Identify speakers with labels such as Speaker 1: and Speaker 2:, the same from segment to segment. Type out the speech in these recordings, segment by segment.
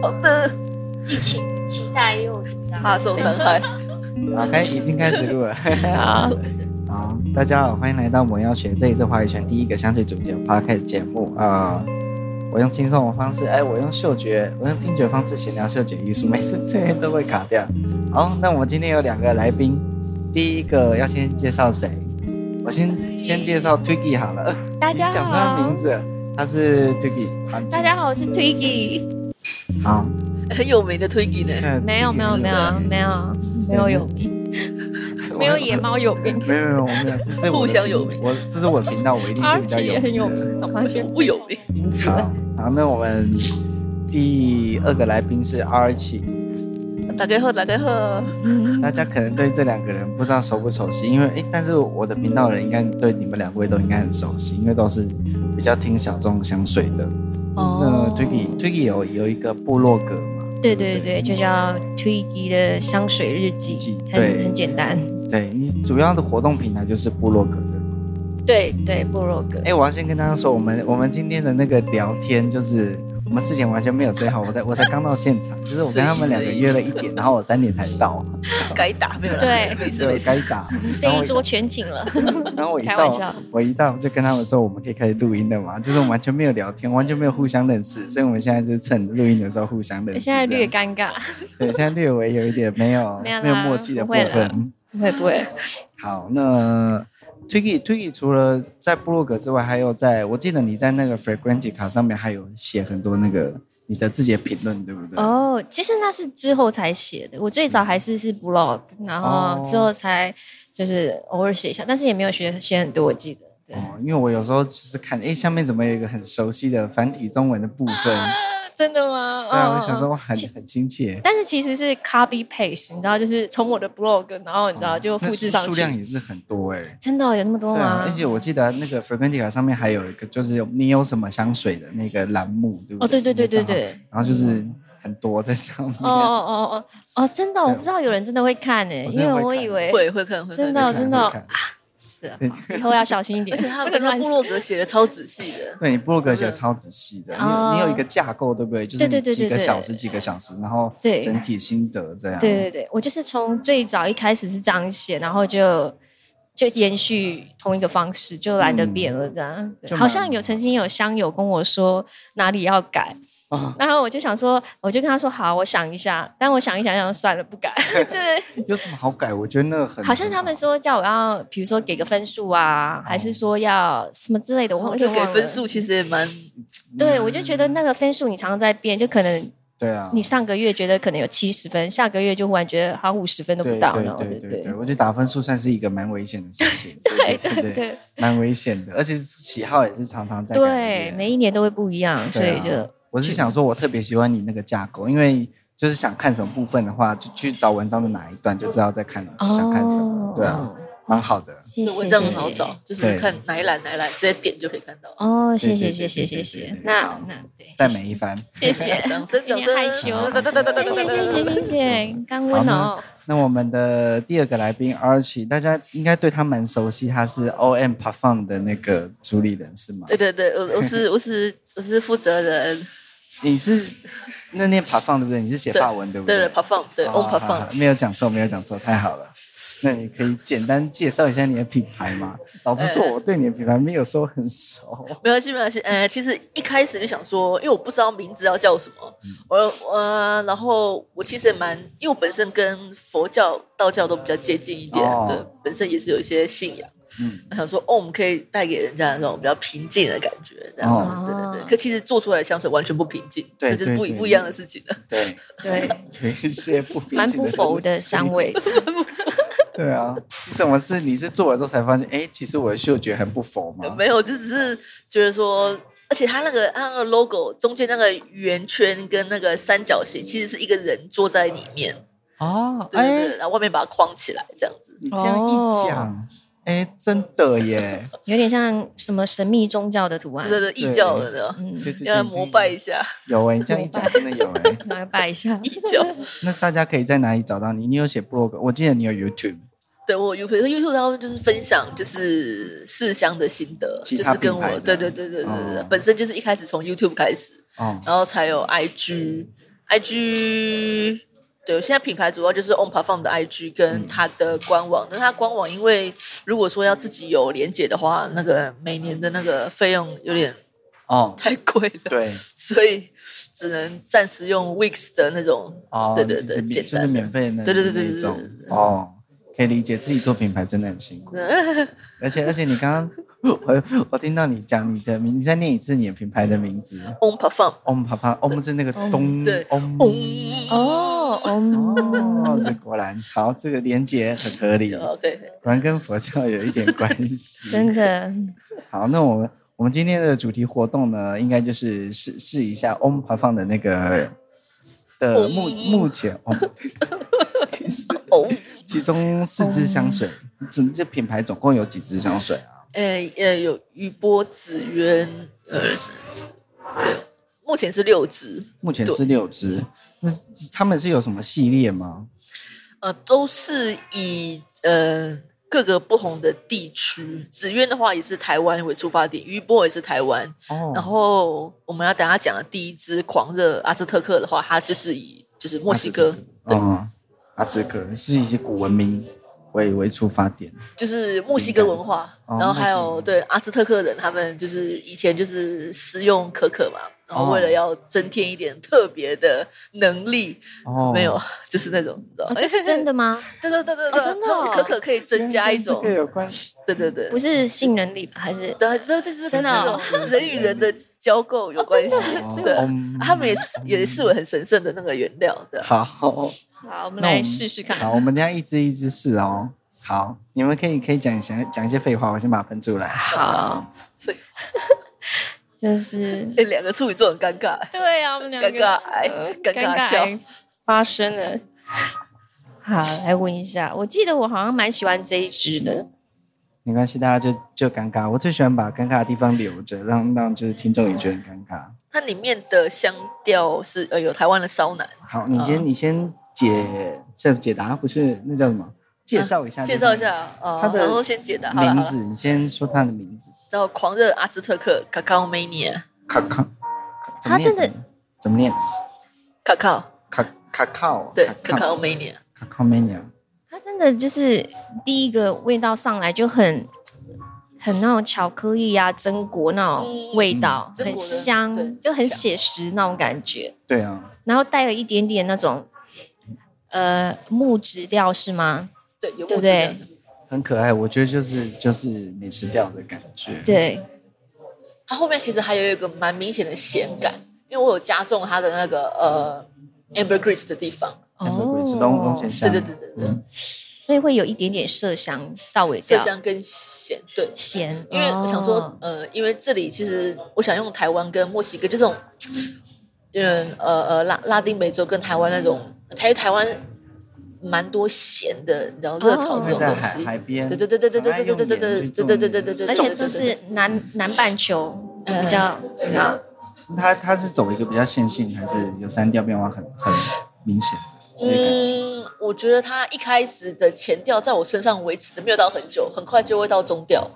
Speaker 1: 好的，
Speaker 2: 既期期待又紧张。
Speaker 1: 大受伤害。
Speaker 3: 好，开已经开始录了。
Speaker 1: 好，
Speaker 3: 好，大家好，欢迎来到我要学，这里是华语圈第一个香水主题的 podcast 节目啊、我用轻松的方式，哎，我用嗅觉，我用听觉方式闲聊嗅觉艺术，每次这些都会卡掉。好，那我今天有两个来宾，第一个要先介绍谁？我先先介绍 Twiggy 好了，哎
Speaker 4: 大
Speaker 3: 你
Speaker 4: 家
Speaker 3: 讲出他
Speaker 4: 好
Speaker 3: 名，字了，他是 Twiggy。好
Speaker 4: 大家好，我是 Twiggy。
Speaker 3: 好，
Speaker 1: 很有名的 Twiggy 呢，
Speaker 3: 那
Speaker 4: 没有
Speaker 3: Twiggy
Speaker 4: 没有
Speaker 3: 是
Speaker 4: 没有没有没有有名，没有野猫有名。
Speaker 3: 没有 没有，我没有，这是我的
Speaker 1: 互相
Speaker 3: 频
Speaker 1: 有名
Speaker 3: 我这是我的频道，我一定是比较
Speaker 4: Archie 也很
Speaker 3: 有
Speaker 4: 有
Speaker 3: 名的。
Speaker 4: 名，懂吗？
Speaker 1: 我不有名。
Speaker 4: 名字
Speaker 3: 好，好，那我们第二个来宾是 R 七，
Speaker 1: 大家好，大家好，
Speaker 3: 大家可能对这两个人不知道熟不熟悉，因为诶，但是我的频道人应该对你们两位都应该很熟悉，因为都是比较听小众香水的。
Speaker 4: 哦
Speaker 3: 那 Twiggy Twiggy 有有一个部落格嘛？
Speaker 4: 对
Speaker 3: 对
Speaker 4: 对
Speaker 3: 不
Speaker 4: 对，就叫 Twiggy 的香水日
Speaker 3: 记
Speaker 4: 记，
Speaker 3: 对
Speaker 4: 很很简单。
Speaker 3: 对你主要的活动平台就是部落格对吗？
Speaker 4: 对对，部落格
Speaker 3: 哎、。我要先跟大家说，我们我们今天的那个聊天就是。我们事前完全没有最好，我才我才刚到现场，就是我跟他们两个约了一点，然后我三点才到，
Speaker 1: 该打没有啦
Speaker 4: 对
Speaker 1: 没事
Speaker 3: 所以
Speaker 1: 没
Speaker 3: 我
Speaker 1: 事。
Speaker 3: 该打。然后
Speaker 4: 这
Speaker 3: 我
Speaker 4: 一桌全请了，
Speaker 3: 然后我一
Speaker 4: 开玩
Speaker 3: 到
Speaker 4: 笑，
Speaker 3: 我一到就跟他们说，我们可以开始录音了嘛，就是我们完全没有聊天，完全没有互相认识，所以我们现在就是趁录音的时候互相认识。
Speaker 4: 现在略
Speaker 3: 这
Speaker 4: 尴
Speaker 3: 样
Speaker 4: 尬。
Speaker 3: 对，现在略微有一点没有
Speaker 4: 没有啦
Speaker 3: 没有默契的部
Speaker 4: 不会啦
Speaker 3: 分。
Speaker 4: 不会不会，
Speaker 3: 好，那 Twiggy Twiggy 除了在部落格之外，还有在我记得你在那个 Fragrantica 上面还有写很多那个你的自己的评论，对不对？
Speaker 4: 哦，其实那是之后才写的，我最早还是是 blog，然后
Speaker 3: 哦
Speaker 4: 之后才就是偶尔写一下，但是也没有学写很多，我记得。对
Speaker 3: 哦，因为我有时候就是看，哎，下面怎么有一个很熟悉的繁体中文的部分？
Speaker 4: 真的吗？
Speaker 3: 对啊，
Speaker 4: 哦
Speaker 3: 我想说，哇，很
Speaker 4: 其
Speaker 3: 很亲切。
Speaker 4: 但是其实是 copy paste，你知道，就是从我的 blog，然后你知道就
Speaker 3: 那
Speaker 4: 复制
Speaker 3: 数
Speaker 4: 上
Speaker 3: 嗯数量
Speaker 4: 去。
Speaker 3: 也是很多哎、
Speaker 4: 真的哦有那么多
Speaker 3: 对啊
Speaker 4: 吗，
Speaker 3: 而？且我记得那个 Fragrantica 上面还有一个，就是有你有什么香水的那个栏目，对不对？
Speaker 4: 哦，对对对对
Speaker 3: 你的账号，
Speaker 4: 对。
Speaker 3: 然后就是很多在上面。
Speaker 4: 哦 哦哦哦哦，真的哦，
Speaker 3: 对
Speaker 4: 我不知道有人真的会看诶，
Speaker 3: 我
Speaker 4: 因
Speaker 3: 真的
Speaker 4: 为
Speaker 3: 会
Speaker 4: 我
Speaker 3: 看
Speaker 4: 以为
Speaker 1: 会会看会看，
Speaker 4: 真的
Speaker 3: 对
Speaker 4: 哦
Speaker 3: 看
Speaker 4: 真的哦
Speaker 3: 看
Speaker 4: 是啊
Speaker 3: 对
Speaker 4: 以后要小心一点
Speaker 1: 而， 且他
Speaker 4: 不
Speaker 1: 们
Speaker 4: 能
Speaker 1: 那
Speaker 4: 乱
Speaker 1: 部落格写的超仔细的，
Speaker 3: 对你部落格写得超仔细的，你有
Speaker 4: 嗯哦
Speaker 3: 你有一个架构，对不对？就是
Speaker 4: 对
Speaker 3: 你
Speaker 4: 对对
Speaker 3: 几
Speaker 4: 对
Speaker 3: 个
Speaker 4: 对
Speaker 3: 小时几个小时，然后
Speaker 4: 对
Speaker 3: 整体心得这样。
Speaker 4: 对对对，我就是从最早一开始是这样写，然后就就延续同一个方式，就懒得变了这样。对
Speaker 3: 嗯就蛮
Speaker 4: 好像有曾经有乡友跟我说哪里要改，
Speaker 3: 啊，
Speaker 4: 然后我就想说，我就跟他说好，我想一下，但我想一想，想算了，不改。对，
Speaker 3: 有什么好改？我觉得那个很
Speaker 4: 好像他们说叫我要，比如说给个分数啊，还
Speaker 3: 哦
Speaker 4: 是说要什么之类的，我
Speaker 1: 我
Speaker 4: 我
Speaker 1: 哦就
Speaker 4: 就
Speaker 1: 给
Speaker 4: 忘了
Speaker 1: 分。数，其实也蛮
Speaker 4: 对，我就觉
Speaker 3: 嗯
Speaker 4: 得那个分数你常常在变，就可能
Speaker 3: 对啊，
Speaker 4: 你上个月觉得可能有七十分，下个月就忽然觉得好像五十分都不
Speaker 3: 对
Speaker 4: 到
Speaker 3: 对
Speaker 4: 呢。
Speaker 3: 对
Speaker 4: 对
Speaker 3: 对对，我觉得打分数算是一个蛮危险的事情。对
Speaker 4: 对对对。
Speaker 3: 蛮危险的，而且喜好也是常常在改
Speaker 4: 对，
Speaker 3: 变
Speaker 4: 每一年都会不一样，所
Speaker 3: 对
Speaker 4: 以
Speaker 3: 啊
Speaker 4: 就
Speaker 3: 我是想说，我特别喜欢你那个架构，因为就是想看什么部分的话，就去找文章的哪一段，就知道在看、想看什么。对啊，，蛮好的。
Speaker 4: 谢
Speaker 1: 对
Speaker 4: 谢，
Speaker 1: 文章很
Speaker 4: 谢
Speaker 1: 好
Speaker 4: 谢
Speaker 1: 找，就是
Speaker 3: 对
Speaker 1: 看哪一栏哪一栏，直接点就可以看到。
Speaker 4: 哦，
Speaker 3: 对
Speaker 4: 谢
Speaker 3: 对
Speaker 4: 谢
Speaker 3: 对
Speaker 4: 谢
Speaker 3: 对
Speaker 4: 谢谢
Speaker 3: 对
Speaker 4: 谢
Speaker 3: 对对，
Speaker 4: 那
Speaker 3: 好
Speaker 4: 那对，
Speaker 3: 赞美一番。
Speaker 4: 谢谢，
Speaker 1: 掌声，掌
Speaker 4: 有点
Speaker 1: 声！
Speaker 4: 害羞
Speaker 1: 哒哒哒哒哒
Speaker 4: 谢
Speaker 1: 哒
Speaker 4: 谢
Speaker 1: 哒
Speaker 4: 谢
Speaker 1: 哒哒
Speaker 4: 谢谢谢，刚温 哦，
Speaker 3: 那我们的第二个来宾 Archie，大家应该对他蛮熟悉，他是 OM Parfum 的那个主理人是吗？
Speaker 1: 对对对，我我是我是我是负责人，
Speaker 3: 你是那念 Parfum 对不对？你是写
Speaker 1: 对
Speaker 3: 法文对不
Speaker 1: 对对
Speaker 3: 对
Speaker 1: p e r f o r m 对 on
Speaker 3: 哦
Speaker 1: p e r
Speaker 3: 好
Speaker 1: f
Speaker 3: 好
Speaker 1: o r
Speaker 3: 好没有讲错，没有讲错，太好了。那你可以简单介绍一下你的品牌 吗？老实说，
Speaker 1: 呃
Speaker 3: 我对你的品牌没有说很熟。
Speaker 1: 没关系，没关系。呃，其实一开始就想说，因为我不知道名字要叫什么，
Speaker 3: 嗯
Speaker 1: 我呃，然后我其实也蛮，因为我本身跟佛教、道教都比较接近一点，
Speaker 3: 哦
Speaker 1: 对，本身也是有一些信仰。
Speaker 3: 嗯，
Speaker 1: 我想说，哦，我们可以带给人家那种比较平静的感觉，这样子，
Speaker 4: 哦
Speaker 1: 对对对。可其实做出来的香水完全不平静，
Speaker 3: 对
Speaker 1: 这就是不
Speaker 3: 对对
Speaker 1: 不一样的事情了。
Speaker 3: 对，
Speaker 4: 对，
Speaker 3: 有一些不平
Speaker 4: 蛮
Speaker 3: 静
Speaker 4: 不佛的
Speaker 3: 东西
Speaker 4: 香。味，
Speaker 3: 对啊，什么是你是做了之后才发现，哎，其实我的嗅觉很不佛 吗？
Speaker 1: 没有，就只是觉得说，而且它那个它那个 logo 中间那个圆圈跟那个三角形，其实是一个人坐在里面，
Speaker 3: 哦，
Speaker 1: 对对
Speaker 3: 哎
Speaker 1: 对，，哦然后外面把它框起来这样子。
Speaker 3: 你这样一讲，哎、真的耶，
Speaker 4: 有点像什么神秘宗教的图
Speaker 3: 哎
Speaker 4: 案，
Speaker 1: 对对对，异教的呢，
Speaker 4: 嗯，
Speaker 3: 对对
Speaker 1: 要来膜拜一。下
Speaker 3: 有哎、你这样一讲真的有哎、
Speaker 4: 来拜一 下
Speaker 1: 异，教。
Speaker 3: 那大家可以在哪里找到你？你有写 blog，我记得你有 YouTube，
Speaker 1: 对我有朋友 YouTube 然后就是分享就是试香的心得，
Speaker 3: 其
Speaker 1: 就
Speaker 3: 他
Speaker 1: 是跟
Speaker 3: 品牌的
Speaker 1: 我对对对对对对，
Speaker 3: 哦
Speaker 1: 本身就是一开始从 YouTube 开始，
Speaker 3: 哦，
Speaker 1: 然后才有 IG， IG 对，现在品牌主要就是 On Perform 的 IG 跟
Speaker 3: 嗯
Speaker 1: 它的官网。那、它官网因为如果说要自己有连接的话，那个每年的那个费用有点
Speaker 3: 哦，
Speaker 1: 太贵了，
Speaker 3: 对，
Speaker 1: 所以只能暂时用 Wix 的那种。
Speaker 3: 哦，
Speaker 1: 对对对
Speaker 3: 就是免
Speaker 1: 简
Speaker 3: 就
Speaker 1: 单
Speaker 3: 是
Speaker 1: 的
Speaker 3: 免费的那
Speaker 1: 对对对对
Speaker 3: 那一
Speaker 1: 对
Speaker 3: 种
Speaker 1: 对对对
Speaker 3: 哦，可以理解自己做品牌真的很 辛苦，而且而且你刚 刚我我听到你讲你的名，你再念一次你的品牌的名字。
Speaker 1: On Perform，
Speaker 3: Om 啪啪，Om 是那个
Speaker 4: 嗯
Speaker 3: 咚，
Speaker 1: 对
Speaker 3: ，Om，
Speaker 1: 嗯，
Speaker 4: 哦
Speaker 3: 哦，
Speaker 4: 哦，
Speaker 3: 这果然好，这个连接很合理，果
Speaker 1: OK，
Speaker 3: 然跟佛教有一点关系。
Speaker 4: 真的，
Speaker 3: 好，那我们我们今天的主题活动呢，应该就是试试一下 Om 爬放的那个的
Speaker 1: 嗡
Speaker 3: 目目前 哦，
Speaker 1: 哦，
Speaker 3: 其中四支香水，这这品牌总共有几支香水啊？
Speaker 1: 呃呃，有余波、紫渊、二三四六，目前是六支，
Speaker 3: 目前
Speaker 1: 对
Speaker 3: 是六支，那他们是有什么系列吗？
Speaker 1: 呃，都是以呃各个不同的地区，紫渊的话也是台湾为出发点，余波也是台湾。
Speaker 3: 哦，
Speaker 1: 然后我们要等下讲的第一支狂热阿兹特克的话，它就是以就是墨西哥，
Speaker 3: 嗯，阿斯克是以古文明为为出发点，
Speaker 1: 就是墨西哥文化，
Speaker 3: 哦
Speaker 1: 然后还
Speaker 3: 墨西
Speaker 1: 有
Speaker 3: 哥
Speaker 1: 对阿兹特克人，他们就是以前就是食用可可嘛，然后为了要增添一点特别的能力，
Speaker 3: 哦，
Speaker 1: 没有，就是那种，你知道哎
Speaker 4: 哦这是真的，吗？
Speaker 1: 对对对对对，
Speaker 4: 哦真的哦
Speaker 1: 可可可以增加一种
Speaker 3: 哦跟这，个有关，
Speaker 1: 对对对，
Speaker 4: 不是性能力吧？还是
Speaker 1: 对，啊这这是
Speaker 4: 真的哦
Speaker 1: 这种人与人的交构有关系
Speaker 4: 哦真，的
Speaker 1: 对啊
Speaker 3: 哦嗯，
Speaker 1: 他们也是也视为很神圣的那个原料啊的。
Speaker 3: 好。
Speaker 4: 好，我们
Speaker 3: 那我
Speaker 4: 来
Speaker 3: 们
Speaker 4: 试试看。
Speaker 3: 好，我们等一下一支一支试哦。好，你们可以可以讲一下讲一些废话，我先把它喷出来。
Speaker 4: 好
Speaker 1: 对，
Speaker 4: 就是
Speaker 1: 哎，两个处女座很尴尬，
Speaker 4: 对啊，我们两个
Speaker 1: 尴尬癌
Speaker 4: 呃
Speaker 1: 尴尬笑
Speaker 3: 没关系，大家就就尴尬。我最喜欢把尴尬的地方留着，让让就是听众也觉得很尴尬。
Speaker 1: 它里面的香调是呃有台湾的烧奶，
Speaker 3: 好，你先、
Speaker 1: 嗯
Speaker 3: 你先解这解答不是那叫什么？介绍一下、
Speaker 1: 嗯介绍一下哦。
Speaker 3: 它的
Speaker 1: 然后先解答好了，好
Speaker 3: 名
Speaker 1: 了
Speaker 3: 字，你先说它的名字。
Speaker 1: 叫狂热阿兹特克 （Cacao Mania）。
Speaker 3: 卡卡，怎
Speaker 4: 它
Speaker 3: 么
Speaker 4: 真
Speaker 3: 念
Speaker 4: 的
Speaker 3: 怎么念？
Speaker 1: Cacao
Speaker 3: 卡卡靠啊
Speaker 1: 对
Speaker 3: 卡靠
Speaker 1: ，Cacao Mania。
Speaker 3: 卡靠 mania
Speaker 4: 它真的就是第一个味道上来就很很那种巧克力啊、榛果那种味道，
Speaker 1: 嗯榛果
Speaker 4: 很
Speaker 1: 的对
Speaker 4: 香，就很
Speaker 1: 香
Speaker 4: 写实那种感觉，
Speaker 3: 对啊，
Speaker 4: 然后带了一点点那种呃木质调是吗？
Speaker 1: 对，有木
Speaker 4: 对不
Speaker 1: 质的
Speaker 4: 对。
Speaker 3: 很可爱。我觉得就是就是美食调的感觉。，
Speaker 4: 对，
Speaker 1: 它后面其实还有一个蛮明显的咸感，因为我有加重它的那个呃 ambergris 的地方。
Speaker 3: 哦，是东东
Speaker 1: 对
Speaker 3: 先生。
Speaker 1: 对对对
Speaker 3: 嗯
Speaker 1: 对，
Speaker 4: 所以会有一点点麝香到尾
Speaker 1: 麝
Speaker 4: 调，
Speaker 1: 香跟咸对。
Speaker 4: 咸，
Speaker 1: 因为我想说，
Speaker 4: 哦
Speaker 1: 呃，因为这里其实我想用台湾跟墨西哥就这种，嗯呃呃拉拉丁美洲跟台湾那种，台台湾蛮多咸的，你知道热潮这
Speaker 3: 会
Speaker 1: 种
Speaker 3: 在
Speaker 1: 东
Speaker 3: 哦海
Speaker 1: 西，
Speaker 3: 海边，
Speaker 1: 对对对对对对对对对对对对对对对对
Speaker 4: 而且都
Speaker 1: 对对
Speaker 4: 是南南半球
Speaker 1: 嗯
Speaker 4: 比较，你知道啊
Speaker 3: 他他是走一个比较线性，还是有三调变化很很明显的那个感觉？
Speaker 1: 嗯，我觉得它一开始的前调在我身上维持的没有到很久，很快就会到中调。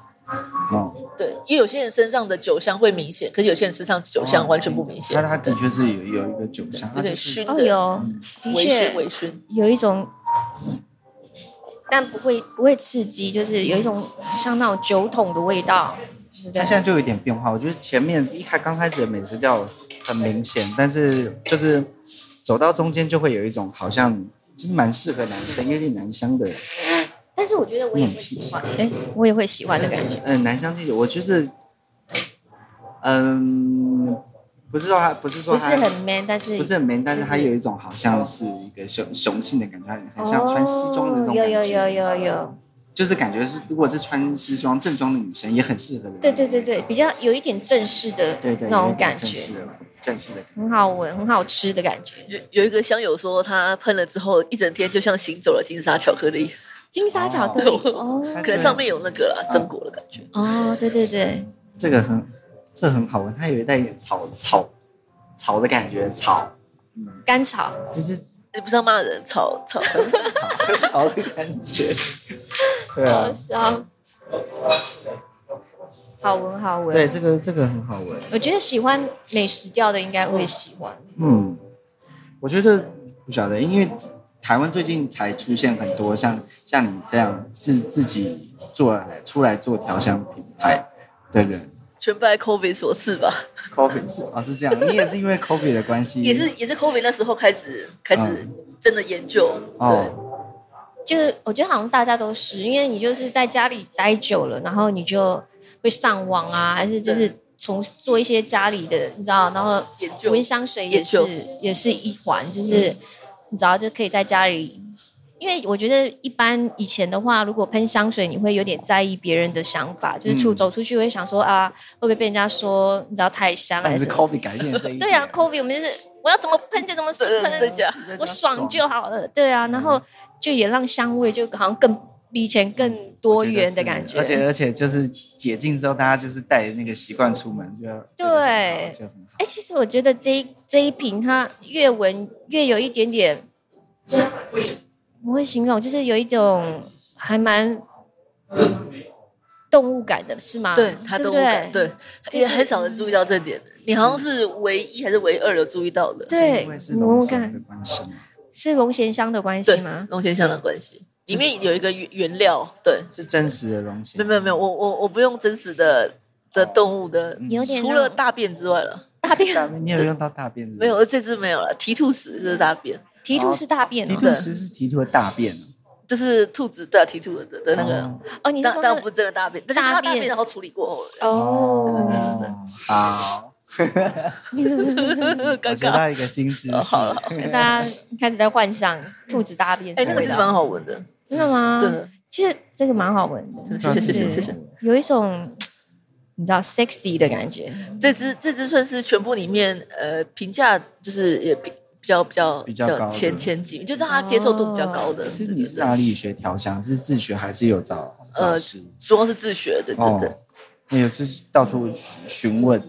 Speaker 3: 哦，
Speaker 1: 对，因为有些人身上的酒香会明显，可是有些人身上酒
Speaker 3: 哦
Speaker 1: 香完全不明显
Speaker 3: 他，他的确是有有一个酒香，
Speaker 1: 有点
Speaker 3: 虚
Speaker 1: 熏，
Speaker 4: 哦，
Speaker 1: 的，
Speaker 3: 嗯
Speaker 4: 有，的
Speaker 1: 微醺
Speaker 4: 确
Speaker 1: 微醺。
Speaker 4: 有一种，但不会不会刺激，就是有一种像那种酒桶的味道，对不
Speaker 3: 他
Speaker 4: 对？
Speaker 3: 现在就有一点变化。我觉得前面一开刚开始的美食调很明显，但是就是走到中间就会有一种好像就是蛮适合男生，有点男香的，
Speaker 4: 但是我觉得我也会喜欢，哎，我也会喜欢的感觉。
Speaker 3: 嗯，男香气酒，我就是嗯，不是说他不是说
Speaker 4: 不
Speaker 3: 他
Speaker 4: 是很 man，但是
Speaker 3: 不是很 man，但是
Speaker 4: 就是
Speaker 3: 它有一种好像是一个雄雄性的感觉，很像穿西装的那种
Speaker 4: 哦有
Speaker 3: 感觉。
Speaker 4: 有有有有，
Speaker 3: 就是感觉是，如果是穿西装正装的女生也很适合的。
Speaker 4: 对对对对，比较有一点正式的
Speaker 3: 对对，
Speaker 4: 那
Speaker 3: 有
Speaker 4: 种
Speaker 3: 一点
Speaker 4: 感
Speaker 3: 正式
Speaker 4: 觉，
Speaker 3: 的正式的感
Speaker 4: 很好闻，很好吃的感觉。
Speaker 1: 有有一个香友说，他喷了之后一整天就像行走了金沙巧克力，
Speaker 4: 金沙巧克力 哦
Speaker 3: 觉。它
Speaker 1: 可能
Speaker 3: 是
Speaker 1: 上面有那个
Speaker 3: 嗯
Speaker 1: 啦榛果的感觉。
Speaker 4: 哦，对对对，
Speaker 3: 这个很这个很好闻，它有一带一点草草草的感觉，草，嗯，
Speaker 4: 甘草
Speaker 3: 就是
Speaker 1: 你不是要骂人，草草草，
Speaker 3: 嗯草草的感觉。对啊
Speaker 4: 好，香，好闻好闻。
Speaker 3: 对，这个这个很好闻。
Speaker 4: 我觉得喜欢美食调的应该会喜欢。
Speaker 3: 嗯，我觉得不晓得，因为台湾最近才出现很多像像你这样是自己做来出来做调香品牌的人。
Speaker 1: 全拜 COVID 所赐吧，
Speaker 3: Coffee 是哦，是这样，你也是因为 Coffee 的关系，
Speaker 1: 也是也是 COVID 那时候开始开始真的研究，对，
Speaker 3: 嗯哦，
Speaker 4: 就是我觉得好像大家都是，因为你就是在家里待久了，然后你就会上网啊，还是就是从做一些家里的，你知道，然后
Speaker 1: 研究
Speaker 4: 闻香水也
Speaker 1: 研究
Speaker 4: 是也是一环，就是你只要就可以在家里，因为我觉得一般以前的话，如果喷香水，你会有点在意别人的想法，就是出
Speaker 3: 嗯
Speaker 4: 走出去会想说啊，会不会被人家说你知道太香
Speaker 3: 但
Speaker 4: 还
Speaker 3: 是
Speaker 4: 是什么？
Speaker 3: Coffee 改变这一点
Speaker 4: 对啊，COVID 我们就是我要怎么喷就怎么
Speaker 1: 对
Speaker 4: 喷，
Speaker 1: 在家
Speaker 3: 自己在家
Speaker 4: 我爽就好了，对啊，然后就也让香味就好像更比以前更多元的感觉，
Speaker 3: 我得是而且而且就是解禁之后，大家就是带着那个习惯出门，就要
Speaker 4: 对
Speaker 3: 就很好
Speaker 4: 哎、其实我觉得这一这一瓶它越闻越有一点点，我会形容，就是有一种还蛮动物感的，是吗？
Speaker 1: 对他
Speaker 4: 啊对嗯
Speaker 1: 都
Speaker 4: 不
Speaker 1: 无感，
Speaker 4: 对
Speaker 1: 对，也
Speaker 4: 是
Speaker 1: 很少人注意到这点。你好像是唯一还是唯二有注意到的，
Speaker 4: 对
Speaker 3: 是因为是龙神的关系，
Speaker 4: 是龙涎香的关系
Speaker 1: 对
Speaker 4: 吗？嗯
Speaker 1: 龙涎香的关系，里面有一个原原料，对，
Speaker 3: 是真实的龙
Speaker 1: 没
Speaker 3: 神，
Speaker 1: 有没有没有，我我我不用真实的的动物的，
Speaker 3: 嗯
Speaker 4: 有点
Speaker 1: 除
Speaker 4: 那
Speaker 1: 了
Speaker 4: 种
Speaker 1: 大便之外了，
Speaker 4: 大便，
Speaker 3: 大便，你有用到大便是不
Speaker 1: 没
Speaker 3: 是？
Speaker 1: 有，这只没有了。提兔屎这是大便，
Speaker 4: 提
Speaker 3: 哦
Speaker 4: 兔是大便
Speaker 3: 提
Speaker 4: 哦，
Speaker 3: 兔石是提兔的大便哦
Speaker 1: 这是兔子对啊，提兔的的的那个，
Speaker 3: 哦
Speaker 4: 哦，你是
Speaker 1: 但
Speaker 4: 说
Speaker 1: 但
Speaker 4: 那
Speaker 1: 不是真的大便，但是它
Speaker 4: 大
Speaker 1: 大
Speaker 4: 便
Speaker 1: 便然后处理过 后了，嗯
Speaker 4: 哦，
Speaker 3: 哦，好，
Speaker 1: 尴
Speaker 3: 我学
Speaker 1: 尬。
Speaker 3: 到一个新知识，
Speaker 1: 哦好了
Speaker 4: 大家开始在幻想兔子大便
Speaker 1: 哎，
Speaker 4: 什
Speaker 1: 那
Speaker 4: 么
Speaker 1: 个
Speaker 4: 的，
Speaker 1: 其实蛮好闻的，
Speaker 4: 真的吗？
Speaker 1: 真的，
Speaker 4: 其实这个蛮好闻的，
Speaker 1: 谢谢谢谢
Speaker 4: 是
Speaker 1: 谢谢。
Speaker 4: 有一种你知道 sexy 的感觉，
Speaker 1: 这只这只算是全部里面呃评价就是也比比较比较
Speaker 3: 比较高的哦
Speaker 1: 前前几，就是它接受度比较高的。
Speaker 3: 是
Speaker 1: 对
Speaker 3: 你
Speaker 1: 对
Speaker 3: 是
Speaker 1: 对
Speaker 3: 哪里学调香？是自学还是有找老
Speaker 1: 呃
Speaker 3: 师？
Speaker 1: 主要是自学，对对对，
Speaker 3: 哦，你有是到处询问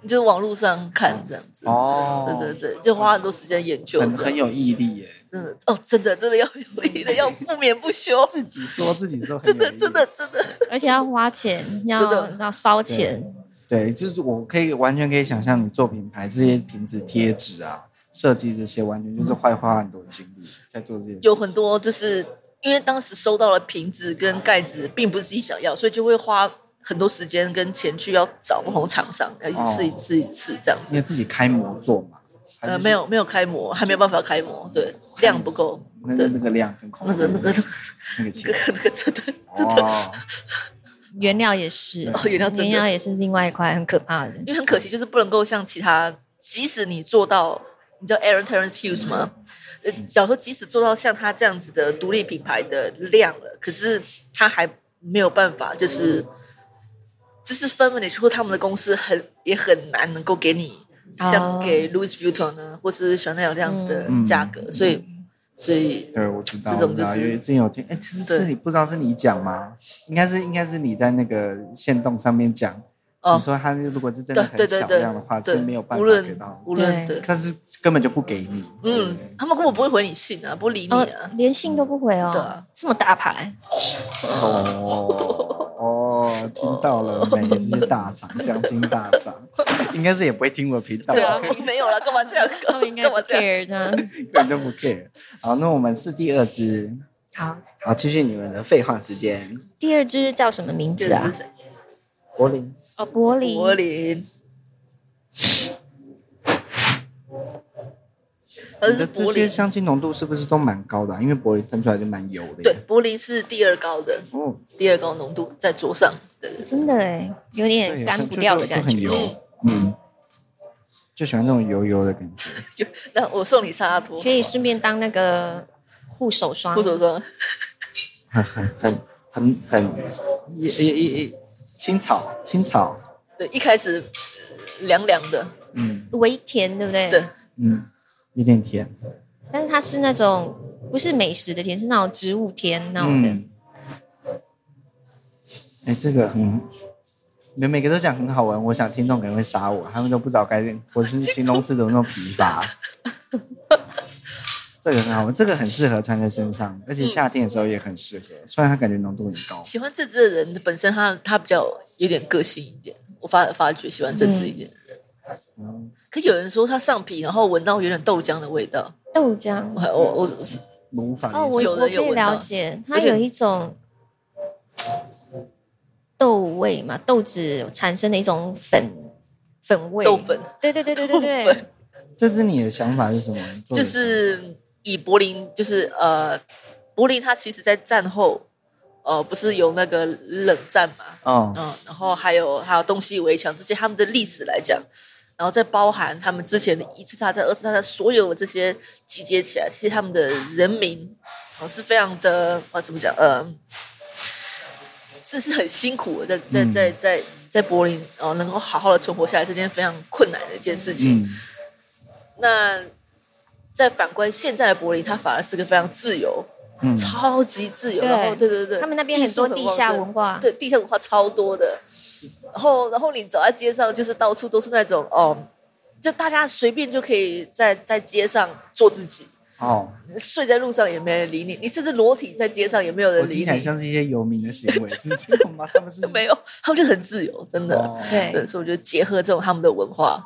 Speaker 1: 你就是网络上看这样子。
Speaker 3: 哦
Speaker 1: 对对对，就花很多时间研究，
Speaker 3: 很很
Speaker 1: 这样
Speaker 3: 有毅力耶，
Speaker 1: 真的哦，真的真的要 有力的，要不眠不 休，
Speaker 3: 自己说自己说很有
Speaker 1: 真
Speaker 3: 毅
Speaker 1: 的
Speaker 3: 力
Speaker 1: 真的真的，
Speaker 4: 而且要花钱，
Speaker 1: 真
Speaker 4: 要
Speaker 1: 的
Speaker 4: 要烧钱，
Speaker 3: 对，就是我可以完全可以想象你做品牌这些瓶子、贴纸啊，设计这些，完全就是会花很多精力在做这些事情。
Speaker 1: 有很多就是因为当时收到了瓶子跟盖子，并不是自己想要，所以就会花很多时间跟钱去要找不同厂商，要一次
Speaker 3: 哦
Speaker 1: 一次一次这样子
Speaker 3: 你。有自己开模做嘛？还是哦
Speaker 1: 呃，
Speaker 3: 就
Speaker 1: 没，有没有开模，还没有办法开模，对，量不够，
Speaker 3: 那
Speaker 1: 对
Speaker 3: 个那个量很恐怖，
Speaker 1: 那个那个那个
Speaker 3: 那个
Speaker 1: 那
Speaker 3: 钱
Speaker 1: 个，那个 真的真的，
Speaker 3: 哦，
Speaker 4: 原料也是，
Speaker 1: 哦原料真的
Speaker 4: 原料也是另外一块很可怕的。
Speaker 1: 因为很可惜，就是不能够像其他，即使你做到，你知道 Aaron Terence Hughes 吗？呃，假如说即使做到像他这样子的独立品牌的量了，可是他还没有办法，就是就是 Feminist 或他们的公司很也很难能够给你像
Speaker 4: 哦
Speaker 1: 给 Louis Vuitton 呢，或是 Chanel 这样子的
Speaker 3: 嗯
Speaker 1: 价格，所以所以
Speaker 3: 对，我知道，
Speaker 1: 这种
Speaker 3: 我知道
Speaker 1: 就是
Speaker 3: 有之前有听，哎，其实
Speaker 1: 对
Speaker 3: 是你不知道是你讲吗？应该是应该是你在那个线动上面讲，
Speaker 1: 哦
Speaker 3: 你，说他如果是真的
Speaker 1: 对对
Speaker 3: 很
Speaker 1: 对
Speaker 3: 小
Speaker 1: 对
Speaker 3: 量的话，
Speaker 1: 对
Speaker 3: 是没有办
Speaker 1: 无
Speaker 3: 法给
Speaker 1: 论
Speaker 3: 到，
Speaker 1: 无论对。
Speaker 3: 但是根本就不给你，
Speaker 1: 嗯，他们根本不会回你信啊，不理你
Speaker 4: 哦
Speaker 1: 啊，，
Speaker 4: 连信都不回
Speaker 1: 对啊
Speaker 4: 哦，这么大牌，
Speaker 3: 哦哦，听到了没？这些大厂，香精大 厂，应该是也不会听我频道，
Speaker 1: 对啊
Speaker 3: 根，
Speaker 1: 没有了，干嘛这样？
Speaker 4: 呃他们应该
Speaker 1: 干
Speaker 4: 不
Speaker 1: 嘛这样？
Speaker 4: care 的。
Speaker 3: 本就不 care。好，那我们是第二支，
Speaker 4: 好，
Speaker 3: 好，继续你们的废话时间。
Speaker 4: 第二支叫什么名字啊
Speaker 1: 这？是谁
Speaker 3: 柏林，
Speaker 4: 哦，柏林。
Speaker 1: 柏林，而
Speaker 3: 你
Speaker 1: 呃是
Speaker 3: 的这
Speaker 1: 柏
Speaker 3: 些
Speaker 1: 林，
Speaker 3: 香精浓度是不是都蛮高的啊、因为柏林喷出来就蛮油的。
Speaker 1: 对，，柏林是第二高的，
Speaker 3: 哦，
Speaker 1: 第二高浓度在桌上，对对对，
Speaker 4: 真的哎，有点
Speaker 3: 对，
Speaker 4: 干不
Speaker 3: 就
Speaker 4: 掉
Speaker 3: 就
Speaker 4: 的
Speaker 3: 就
Speaker 4: 感
Speaker 3: 很
Speaker 4: 觉。
Speaker 3: 油，嗯，就喜欢这种油油的感觉。
Speaker 1: 就那我送你沙托
Speaker 4: 可，以顺便当那个护手霜。
Speaker 1: 护手霜，
Speaker 3: 很很很很很也也也也青草青草，
Speaker 1: 对，一开始凉凉的，
Speaker 3: 嗯
Speaker 4: 微甜，对不对？
Speaker 1: 对。，
Speaker 3: 嗯，有点甜，
Speaker 4: 但是它是那种不是美食的甜，是那种植物甜那种的。
Speaker 3: 嗯，哎、这个很。你们每个都讲很好玩，我想听众可能会杀我，他们都不知道该 我是形容词怎么那么 疲乏。这个很好玩，这个很适合穿在身上，而且夏天的时候也很适合。虽然它感觉浓度很高，
Speaker 1: 喜欢这支的人本身他他比较有点个性一点，我发发觉喜欢这支一点，
Speaker 3: 嗯，
Speaker 1: 可有人说他上皮，然后闻到有点豆浆的味道，
Speaker 4: 豆浆
Speaker 1: 我。还我我是
Speaker 3: 无法
Speaker 4: 哦，我
Speaker 3: 理解
Speaker 1: 有
Speaker 4: 我
Speaker 1: 的
Speaker 4: 可
Speaker 1: 有
Speaker 4: 以
Speaker 1: 闻到
Speaker 4: 了解，
Speaker 1: 所
Speaker 4: 它
Speaker 1: 以
Speaker 4: 有一种豆味嘛，豆子产生的一种粉粉味。
Speaker 1: 豆粉，
Speaker 4: 对对对对对
Speaker 1: 豆
Speaker 4: 对
Speaker 1: 粉，
Speaker 3: 这是你的想法是什么？做的
Speaker 1: 就是以柏林，就是呃，柏林它其实在战后，呃，不是有那个冷战嘛，
Speaker 3: 哦，
Speaker 1: 嗯，然后还有还有东西围墙这些他们的历史来讲，然后再包含他们之前的一次大战、二次大战所有的这些集结起来，其实他们的人民哦是非常的呃怎么讲呃，是是很辛苦的，在在
Speaker 3: 嗯
Speaker 1: 在在在柏林哦能够好好的存活下来是件非常困难的一件事情。
Speaker 3: 嗯
Speaker 1: 那再反观现在的柏林，它反而是个非常自由、
Speaker 3: 嗯，
Speaker 1: 超级自由，
Speaker 4: 对
Speaker 1: 然后对对对，
Speaker 4: 他们那边很多地下
Speaker 1: 文。
Speaker 4: 文化。
Speaker 1: 对，地下文化超多的。然后，然后你走在街上，就是到处都是那种哦，就大家随便就可以在在街上做自己，
Speaker 3: 哦，
Speaker 1: 睡在路上也没人理你，你甚至裸体在街上也没有
Speaker 3: 我
Speaker 1: 人
Speaker 3: 听
Speaker 1: 理
Speaker 3: 起来
Speaker 1: 你，
Speaker 3: 像是一些游民的行为，是这种 吗？他们是
Speaker 1: 没有，他们就很自由，真的。
Speaker 3: 哦
Speaker 4: 对，
Speaker 1: 对，所以我觉得结合这种他们的文化，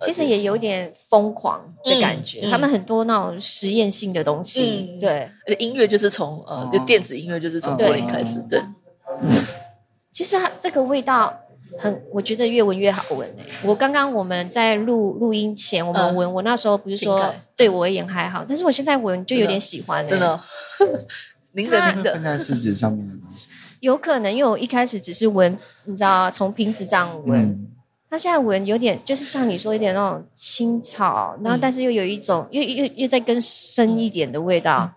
Speaker 4: 其实也有点疯狂的感觉，
Speaker 1: 嗯嗯
Speaker 4: 他们很多那种实验性的东西。
Speaker 1: 嗯
Speaker 4: 对，
Speaker 1: 而且音乐就是从呃，就电子音乐就是从
Speaker 3: 哦
Speaker 1: 柏林开始，对，
Speaker 4: 其实它这个味道很，我觉得越闻越好闻诶、欸我刚刚我们在录录音前，我们
Speaker 1: 嗯
Speaker 4: 闻，我那时候不是
Speaker 1: 瓶
Speaker 4: 说
Speaker 1: 盖
Speaker 4: 对我而言还好，但是我现在闻就有
Speaker 1: 真的
Speaker 4: 点喜欢、欸，
Speaker 1: 真 的。您的
Speaker 4: 它
Speaker 1: 您
Speaker 3: 会
Speaker 1: 的
Speaker 3: 喷，在市值上面的东西。
Speaker 4: 有可能，因为我一开始只是闻，你知道，从瓶子这样闻。
Speaker 3: 嗯，
Speaker 4: 它现在闻有点，就是像你说，有点那种青草，然后
Speaker 1: 嗯
Speaker 4: 但是又有一种，又又又再更深一点的味道。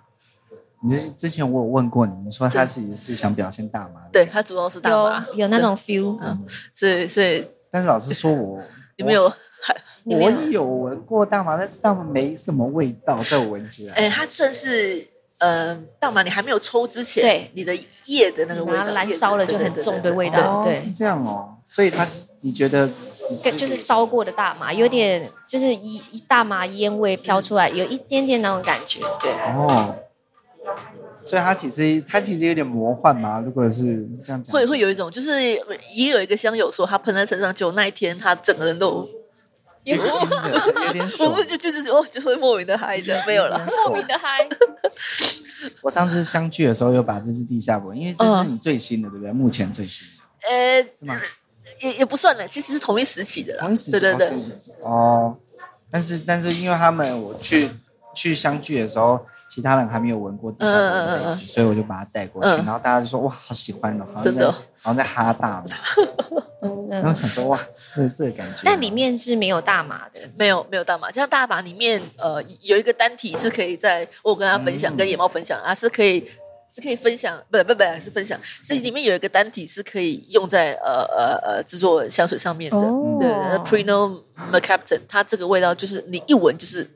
Speaker 3: 你之之前我有问过你，你说他其实是想表现大麻的，
Speaker 1: 对他主要嗯是大麻，
Speaker 4: 有有那种 feel，
Speaker 1: 嗯，所以所以
Speaker 3: 但是老师说我
Speaker 1: 你们有
Speaker 4: 你
Speaker 3: 我
Speaker 4: 没有
Speaker 3: 也有闻过大麻，但是大麻没什么味道，在我闻起来。
Speaker 1: 哎、它算是呃，大麻你还没有抽之前，
Speaker 4: 对
Speaker 1: 你的叶的那个味道
Speaker 4: 你把它燃烧了就很重的味道
Speaker 3: 哦，
Speaker 4: 对
Speaker 3: 是这样哦，所以他你觉得你
Speaker 4: 跟就是烧过的大
Speaker 1: 嗯
Speaker 4: 麻，有点就是一一大麻烟味飘出来，有一点点那种感觉。对，
Speaker 3: 哦，所以它其实它其实有点魔幻嘛，如果是这样讲，
Speaker 1: 会会有一种，就是也有一个香友说，他喷在身上，就那一天他整个人都，
Speaker 3: 有 点有点
Speaker 1: 我
Speaker 3: 爽
Speaker 1: 不。就就是哦，就会莫名的嗨的，没有 了。
Speaker 4: 莫名的嗨。
Speaker 3: 我上次相聚的时候有把这支地下闻，因为这是你最新的，对不对？目前最新的
Speaker 1: 呃，
Speaker 3: 是吗？
Speaker 1: 也也不算了，其实是同一时期的啦，
Speaker 3: 同一时期
Speaker 1: 对对
Speaker 3: 哦
Speaker 1: 对，
Speaker 3: 同一时期哦。但是但是因为他们我去去相聚的时候，其他人还没有闻过地下闻这
Speaker 1: 嗯嗯
Speaker 3: 一
Speaker 1: 嗯
Speaker 3: 支，所以我就把它带过去，
Speaker 1: 嗯
Speaker 3: 然后大家就说哇好喜欢哦，好像
Speaker 1: 真
Speaker 3: 在
Speaker 1: 的
Speaker 3: 好像在哈大麻，
Speaker 4: 嗯
Speaker 3: 然后
Speaker 4: 嗯，
Speaker 3: 想说哇这这个感觉，
Speaker 4: 但里面是没有大麻的。
Speaker 1: 没有没有大麻，像大麻里面呃有一个单体是可以在我有跟他分享，
Speaker 3: 嗯
Speaker 1: 跟野猫分享啊是可以是可以分享，不不不是分享，是里面有一个单体是可以用在呃呃呃制作香水上面的。对，Prino Macapton，它这个味道就是你一闻就是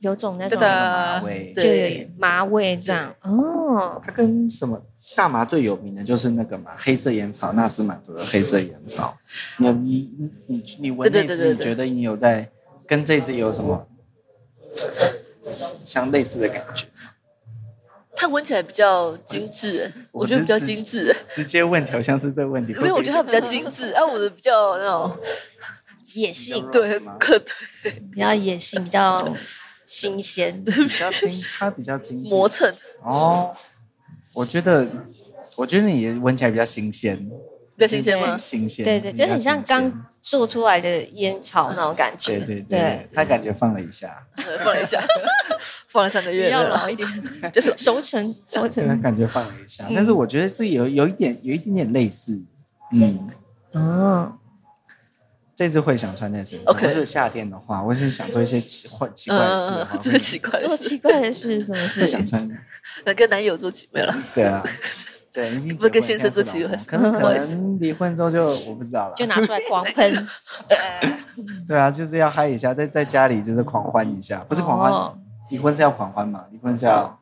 Speaker 4: 有种那
Speaker 1: 对
Speaker 4: 种
Speaker 1: 的
Speaker 3: 味，
Speaker 4: 就
Speaker 1: 对
Speaker 4: 有，麻味这样。哦，
Speaker 3: 它跟什么大麻最有名的就是那个嘛，黑色烟草，纳斯满族的黑色烟草。你你你你闻
Speaker 1: 对
Speaker 3: 那
Speaker 1: 对对
Speaker 3: 支，
Speaker 1: 对
Speaker 3: 你
Speaker 1: 对
Speaker 3: 觉得你有在跟这支有什么相类似的感觉？
Speaker 1: 它闻起来比较精致，我觉得比较精致，
Speaker 3: 直接问调香师这个问题，
Speaker 1: 因为我觉得它比较精致，啊，我的比较那种
Speaker 4: 野性，
Speaker 1: 对
Speaker 3: 吗，
Speaker 1: 可对
Speaker 4: 比较野性，比较新 鲜。
Speaker 3: 比较精，它比较精致
Speaker 1: 磨蹭，
Speaker 3: 哦。我觉得，我觉得你闻起来比较新鲜，
Speaker 1: 比较新鲜吗？
Speaker 3: 新鲜，
Speaker 4: 对对，就很像
Speaker 3: 比较新鲜
Speaker 4: 刚做出来的烟草那种感觉。
Speaker 3: 对对对，他感觉放了一下，
Speaker 1: 呃放了一下，放了三个
Speaker 4: 对
Speaker 1: 月
Speaker 4: 要
Speaker 1: 了
Speaker 4: 老，一点，
Speaker 1: 就是
Speaker 4: 熟成熟
Speaker 3: 这个
Speaker 4: 成。
Speaker 3: 感觉放了一下
Speaker 4: 嗯，
Speaker 3: 但是我觉得是有有一点有一点点类似，嗯，
Speaker 4: 哦，
Speaker 3: 这次会想穿在身上。
Speaker 1: OK
Speaker 3: 如果是夏天的话，我是想做一些奇怪 奇怪的事的
Speaker 1: 嗯，
Speaker 3: 话，
Speaker 1: 最奇怪
Speaker 4: 做
Speaker 1: 的是
Speaker 4: 奇怪的事是什么
Speaker 3: 会
Speaker 4: 事
Speaker 3: 想？穿，
Speaker 1: 能跟男友做奇没有了，
Speaker 3: 对啊，对，已经
Speaker 1: 不是跟
Speaker 3: 结婚
Speaker 1: 先生做
Speaker 3: 现在
Speaker 1: 奇
Speaker 3: 是
Speaker 1: 怪
Speaker 3: 老公可能
Speaker 4: 不好
Speaker 3: 可
Speaker 4: 意
Speaker 3: 能离婚之后就我不知道了，
Speaker 4: 就拿出来狂喷，
Speaker 3: 对啊，就是要嗨一下，在在家里就是狂欢一下， 不
Speaker 4: 不
Speaker 3: 是狂欢，
Speaker 4: 哦、
Speaker 3: 离婚是要狂欢嘛，离婚是要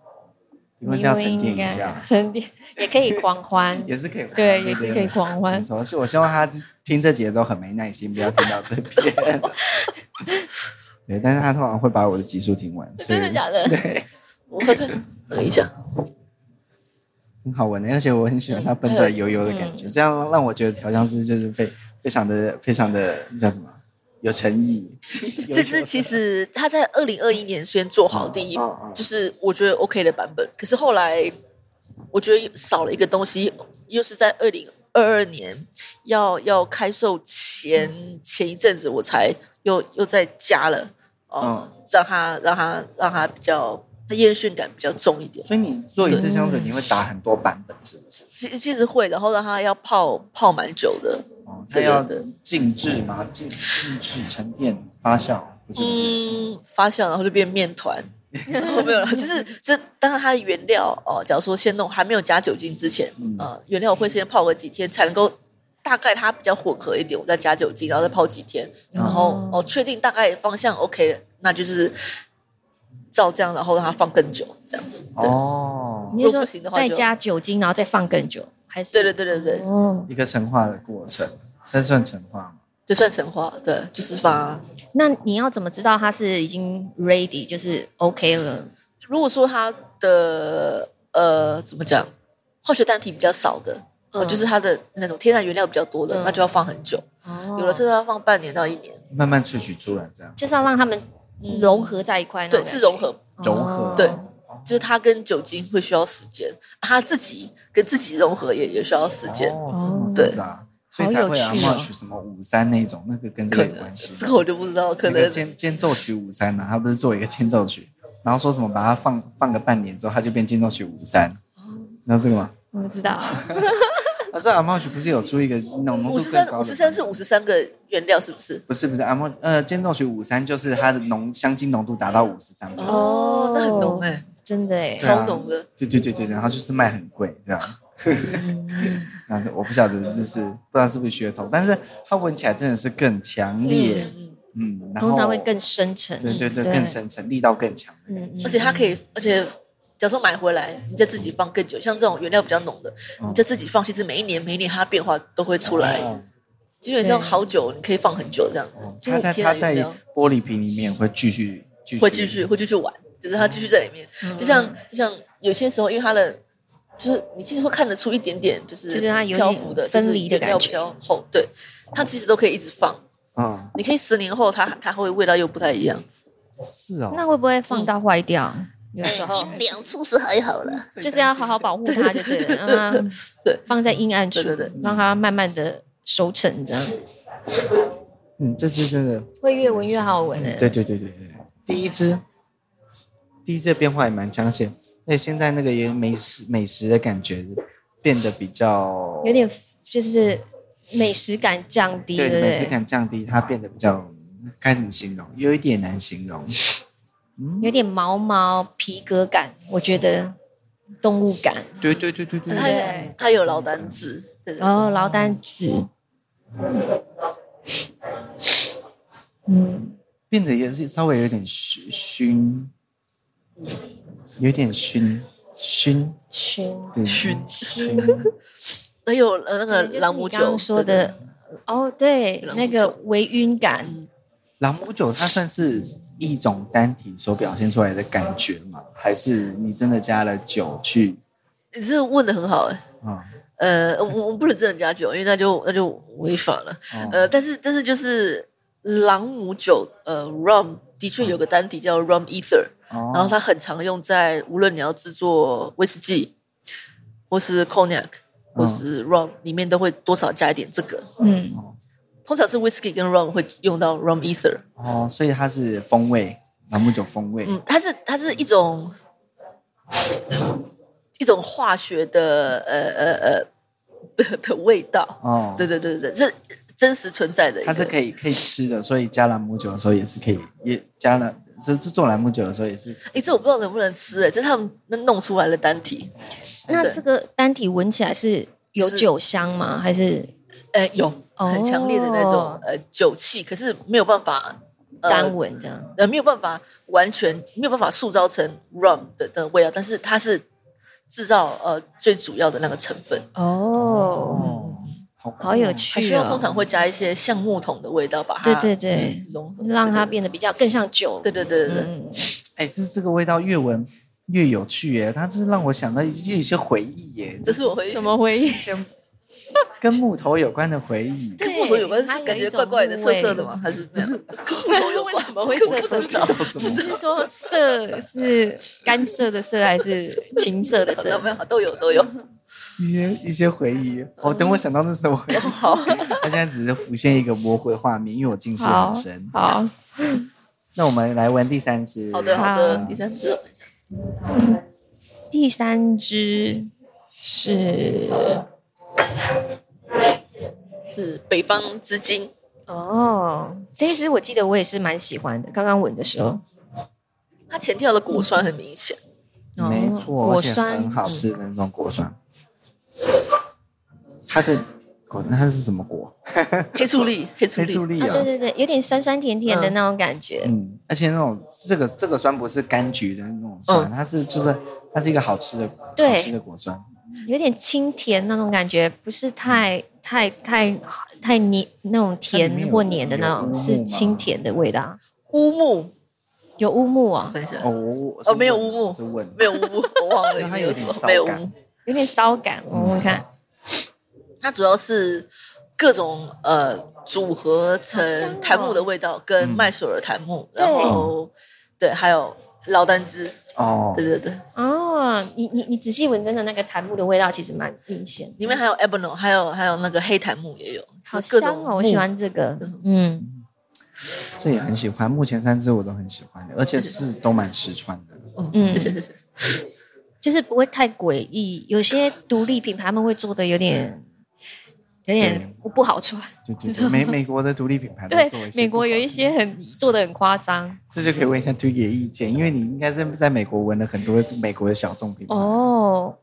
Speaker 3: 离婚是要沉淀
Speaker 4: 因为
Speaker 3: 一
Speaker 4: 应该
Speaker 3: 下，
Speaker 4: 沉淀也可以狂欢，
Speaker 3: 也是可以，
Speaker 4: 对，也是可以。狂
Speaker 3: 没
Speaker 4: 欢。
Speaker 3: 错，是我希望他听这集的时候很没耐心，不要听到这边。 对，但是他通常会把我的集数听完，所以
Speaker 4: 真的假的？
Speaker 3: 对，
Speaker 1: 我看看，等一下，
Speaker 3: 很好闻的，而且我很喜欢它喷出
Speaker 1: 嗯
Speaker 3: 来油油的感觉，这样让我觉得调香师就是非非常的非常的叫什么有诚意。
Speaker 1: 这支其实他在二零二一年先做好第一，
Speaker 3: 嗯嗯
Speaker 1: 就是我觉得 OK 的版本。可是后来我觉得少了一个东西，又是在二零二二年要要开售前前一阵子，我才又又再加了，哦、让它让它让它比较它烟熏感比较重一点。
Speaker 3: 所以你做一支香水，你会打很多版本，是不是？
Speaker 1: 其其实会，然后让它要泡泡蛮久的。
Speaker 3: 哦，它
Speaker 1: 对
Speaker 3: 要
Speaker 1: 对对
Speaker 3: 静置吗？静静置、沉淀、发酵，不是不是？
Speaker 1: 嗯，发酵然后就变面团。哦没有了，就是这，当然它的原料哦，假如说先弄还没有加酒精之前，
Speaker 3: 嗯
Speaker 1: 呃，原料我会先泡个几天，才能够大概它比较混合一点，我再加酒精，然后再泡几天，然
Speaker 3: 嗯
Speaker 1: 后
Speaker 4: 哦
Speaker 1: 哦确定大概方向 OK 了，那就是照这样，然后让它放更久，这样子。对，
Speaker 3: 哦，
Speaker 4: 你是
Speaker 1: 如果
Speaker 4: 说
Speaker 1: 不行的话
Speaker 4: 再
Speaker 1: 就
Speaker 4: 加酒精，然后再放更久，还是？
Speaker 1: 对对对对对，
Speaker 4: 哦，
Speaker 3: 一个陈化的过程，这算陈化吗？
Speaker 1: 就算成化，对，就是发。
Speaker 4: 那你要怎么知道它是已经 ready，就是 OK 了？
Speaker 1: 如果说它的呃怎么讲，化学单体比较少的，哦，
Speaker 4: 嗯
Speaker 1: 就是它的那种天然原料比较多的，
Speaker 4: 嗯
Speaker 1: 那就要放很久。
Speaker 4: 哦
Speaker 1: 有了这个要放半年到一年，
Speaker 3: 慢慢萃取出来，这样
Speaker 4: 就是要让它们
Speaker 1: 嗯
Speaker 4: 融合在一块，那种
Speaker 1: 对，
Speaker 4: 感
Speaker 1: 是
Speaker 4: 觉
Speaker 1: 融，合，
Speaker 3: 融合
Speaker 4: 哦
Speaker 1: 对就是它跟酒精会需要时间，它自己跟自己融合也也需要时间，
Speaker 3: 哦，这么
Speaker 1: 对
Speaker 3: 复杂，所以才会啊
Speaker 4: 好有趣哦
Speaker 3: m 曲什么五三那种，那个跟这
Speaker 1: 可
Speaker 3: 个有
Speaker 1: 能
Speaker 3: 关系吗。
Speaker 1: 这个我就不知道，可
Speaker 3: 那个
Speaker 1: 能
Speaker 3: 间间奏曲五三啊呢，他不是做一个间奏曲，然后说什么把它放放个半年之后，它就变间奏曲五三，
Speaker 1: 哦
Speaker 3: 你知道这个吗？
Speaker 4: 我不知道，
Speaker 3: 他说阿茂曲不是有出一个那种浓
Speaker 1: 五
Speaker 3: 度
Speaker 1: 十
Speaker 3: 更
Speaker 1: 三
Speaker 3: 高
Speaker 1: 五
Speaker 3: 的
Speaker 1: 十三是五十三个原料是不是？
Speaker 3: 不是不是阿茂呃间奏曲五三就是它的浓香精浓度达到五十三分，
Speaker 1: 哦，那很浓哎、
Speaker 4: 真的 哎
Speaker 3: 对，啊
Speaker 1: 超浓的。
Speaker 3: 对对对对，然后就是卖很贵这样。
Speaker 4: 嗯
Speaker 3: 但是我不晓得这是不知道是不是噱头，但是它闻起来真的是更强烈，
Speaker 1: 嗯，
Speaker 3: 嗯，然后
Speaker 4: 通常会更深沉，
Speaker 3: 对对对
Speaker 4: 对
Speaker 3: 更深沉，力道更强。
Speaker 4: 嗯嗯
Speaker 1: 而且它可以，而且假如说买回来，你再自己放更久，像这种原料比较浓的，
Speaker 3: 嗯
Speaker 1: 你再自己放，其实每一年每一年它变化都会出来，
Speaker 3: 哦
Speaker 1: 基本上好久你可以放很久这样子
Speaker 3: 哦。
Speaker 1: 就
Speaker 3: 它
Speaker 1: 是
Speaker 3: 在
Speaker 1: 天
Speaker 3: 它
Speaker 1: 然
Speaker 3: 在
Speaker 1: 原料
Speaker 3: 玻璃瓶里面会继续继续
Speaker 1: 会继续会继续玩，就是它继续在里面。
Speaker 4: 嗯
Speaker 1: 就像就像有些时候，因为它的就是你其实会看得出一点点，就是
Speaker 4: 就是它有一
Speaker 1: 漂
Speaker 4: 点
Speaker 1: 浮的
Speaker 4: 分离的感觉
Speaker 1: 就是原料比较厚。对，它其实都可以一直放。
Speaker 3: 嗯，
Speaker 1: 你可以十年后它，它会味道又不太一样。
Speaker 3: 是哦，
Speaker 4: 那会不会放到坏掉？
Speaker 3: 嗯
Speaker 4: 有时候
Speaker 1: 两处是还好了，
Speaker 4: 就是要好好保护它，就对了， 让它
Speaker 1: 对
Speaker 4: 放在阴暗处，
Speaker 1: 对对对
Speaker 4: 让它慢慢的熟成，这样
Speaker 3: 嗯，这支真的，
Speaker 4: 会越闻越好闻哎。
Speaker 3: 对对对对对，第一支，第一支的变化也蛮强显，而且现在那个也美食美食的感觉变得比较
Speaker 4: 有点就是美食感降低，
Speaker 3: 对
Speaker 4: 不
Speaker 3: 美食感降低，它变得比较该怎么形容，有一点难形容，
Speaker 4: 有点毛毛皮革感，我觉得动物感，
Speaker 3: 对对对对对
Speaker 1: 它有
Speaker 4: 对哦
Speaker 1: 它有老单子，对对
Speaker 4: 然后劳丹纸，嗯，
Speaker 3: 变得也是稍微有点熏熏，有点熏熏，
Speaker 4: 熏，
Speaker 3: 对
Speaker 1: 熏
Speaker 3: 熏，
Speaker 1: 还有呃那个
Speaker 4: 就是
Speaker 1: 朗姆
Speaker 4: 你
Speaker 1: 酒
Speaker 4: 刚刚说
Speaker 1: 对对
Speaker 4: 的，哦，对，
Speaker 1: 朗姆
Speaker 4: 那个
Speaker 1: 酒嗯
Speaker 4: 微晕感，
Speaker 3: 朗姆酒它算是一种单体所表现出来的感觉嘛？还是你真的加了酒去
Speaker 1: 你这问的很好哎、
Speaker 3: 啊？
Speaker 1: 呃，我我们不能真的加酒，因为那就那就违法了。
Speaker 3: 哦
Speaker 1: 呃，但是但是就是朗姆酒，呃，rum 的确有个单体叫 rum ether，、
Speaker 3: 哦
Speaker 1: 然后它很常用在无论你要制作威士忌，或是 cognac，或是 rum，、里面都会多少加一点这个。
Speaker 4: 嗯，
Speaker 1: 通常是 whisky 跟 rum 会用到 rum ether，
Speaker 3: 哦，所以它是风味，朗姆酒风味，
Speaker 1: 嗯，它是它是一种一种化学的呃呃呃的的味道。
Speaker 3: 哦，
Speaker 1: 对对对对，对这真实存在的一个，
Speaker 3: 它是可以可以吃的，所以加朗姆酒的时候也是可以，也加了，就就做朗姆酒的时候也是，
Speaker 1: 诶，这我不知道能不能吃、诶，这是他们弄出来的单体。
Speaker 4: 那
Speaker 1: 对
Speaker 4: 这个单体闻起来是有
Speaker 1: 是
Speaker 4: 酒香吗？还是
Speaker 1: 诶，有
Speaker 4: 哦
Speaker 1: 很强烈的那种、呃酒气，可是没有办法呃
Speaker 4: 单闻这样？
Speaker 1: 呃没有办法完全没有办法塑造成 rum 的的味道，但是它是制造呃最主要的那个成分。
Speaker 4: 哦，
Speaker 3: 哦，好酷哦
Speaker 4: 好有
Speaker 1: 还需
Speaker 4: 趣
Speaker 1: 要
Speaker 4: 哦！
Speaker 1: 通常会加一些橡木桶的味道，把它
Speaker 4: 对对对
Speaker 1: 融合，
Speaker 4: 让它变得比较更像酒。
Speaker 1: 对对对对对，
Speaker 4: 嗯，
Speaker 3: 哎、这这个味道越闻越有趣耶，它就是让我想到一一些回忆耶，
Speaker 1: 这是我会
Speaker 4: 什么回忆？
Speaker 3: 一些跟木头有关的回忆。
Speaker 1: 跟木头有关是感觉怪怪的、涩涩的
Speaker 4: 吗？
Speaker 1: 吗？还 是不
Speaker 3: 是
Speaker 1: 跟木头有关
Speaker 4: 为什么会涩涩
Speaker 1: 不知道
Speaker 4: 的？
Speaker 3: 叫什么
Speaker 4: 你？是说色是干涉的色，还是情色的
Speaker 1: 没有没
Speaker 4: 色？
Speaker 1: 有都有都有。
Speaker 3: 一些一些回忆。哦，等我想到那时候，
Speaker 1: 好，
Speaker 3: 它现在只是浮现一个模糊的画面，因为我近视
Speaker 4: 好
Speaker 3: 很深。
Speaker 4: 好，
Speaker 3: 那我们来玩第三支。
Speaker 1: 好的好的，第三只
Speaker 4: 第三只是
Speaker 1: 是北方之金，
Speaker 4: 哦，这一只我记得我也是蛮喜欢的，刚刚闻的时候，
Speaker 1: 它前跳的果酸很明显，
Speaker 4: 哦
Speaker 3: 嗯没错，
Speaker 4: 果
Speaker 3: 而且
Speaker 4: 酸啊嗯
Speaker 3: 很好吃的那种果酸。它这果，那它是什么果？
Speaker 1: 黑醋栗，黑醋
Speaker 3: 黑醋
Speaker 1: 栗，
Speaker 3: 栗
Speaker 4: 啊，对
Speaker 3: 啊。
Speaker 4: 对对，有点酸酸甜甜的那种感觉，
Speaker 3: 嗯，而且那种这个这个酸不是柑橘的那种酸，它是就是它是一个好吃的
Speaker 4: 嗯对
Speaker 3: 好吃的果酸。
Speaker 4: 有点清甜那种感觉，不是太太太太黏那种
Speaker 3: 它里面
Speaker 4: 甜
Speaker 3: 嗯有
Speaker 4: 或黏的那
Speaker 3: 有乌
Speaker 4: 种，
Speaker 3: 木吗
Speaker 4: 是清甜的味道。
Speaker 1: 乌木，
Speaker 4: 有乌木啊，
Speaker 1: 看一下，
Speaker 3: 哦，我我
Speaker 1: 哦没有乌木
Speaker 3: 是问
Speaker 1: 没有乌木，我忘了
Speaker 3: 它
Speaker 1: 里面
Speaker 3: 有
Speaker 1: 有
Speaker 3: 点
Speaker 1: 什么
Speaker 3: 骚，感
Speaker 1: 没有乌木。
Speaker 4: 有点烧感，我闻闻看。
Speaker 1: 它主要是各种呃组合
Speaker 4: 好香哦
Speaker 1: 成檀木的味道，跟麦索尔檀木，
Speaker 4: 对
Speaker 1: 然后对，还有劳丹芝，
Speaker 3: 哦
Speaker 1: 对，对对，
Speaker 4: 哦，你你你仔细闻，真的那个檀木的味道其实蛮明显，
Speaker 1: 里面还有 Ebony，还有还有那个黑檀木也有，
Speaker 4: 好
Speaker 1: 就是各
Speaker 4: 香
Speaker 1: 种
Speaker 4: 哦，我
Speaker 1: 木
Speaker 4: 喜欢这个
Speaker 1: 嗯。
Speaker 4: 嗯，
Speaker 3: 这也很喜欢。目前三支我都很喜欢的，而且是都蛮实穿的。
Speaker 1: 嗯，谢谢谢 谢。
Speaker 4: 就是不会太诡异。有些独立品牌他们会做的有点有点不不好穿，
Speaker 3: 对对 对，美美国的独立品牌都
Speaker 4: 对
Speaker 3: 做一，些
Speaker 4: 美国有
Speaker 3: 不
Speaker 4: 一
Speaker 3: 好吃
Speaker 4: 些很做的很夸张。
Speaker 3: 这就可以问一下推姐意见，因为你应该是在美国闻了很多美国的小众品牌。
Speaker 4: 哦，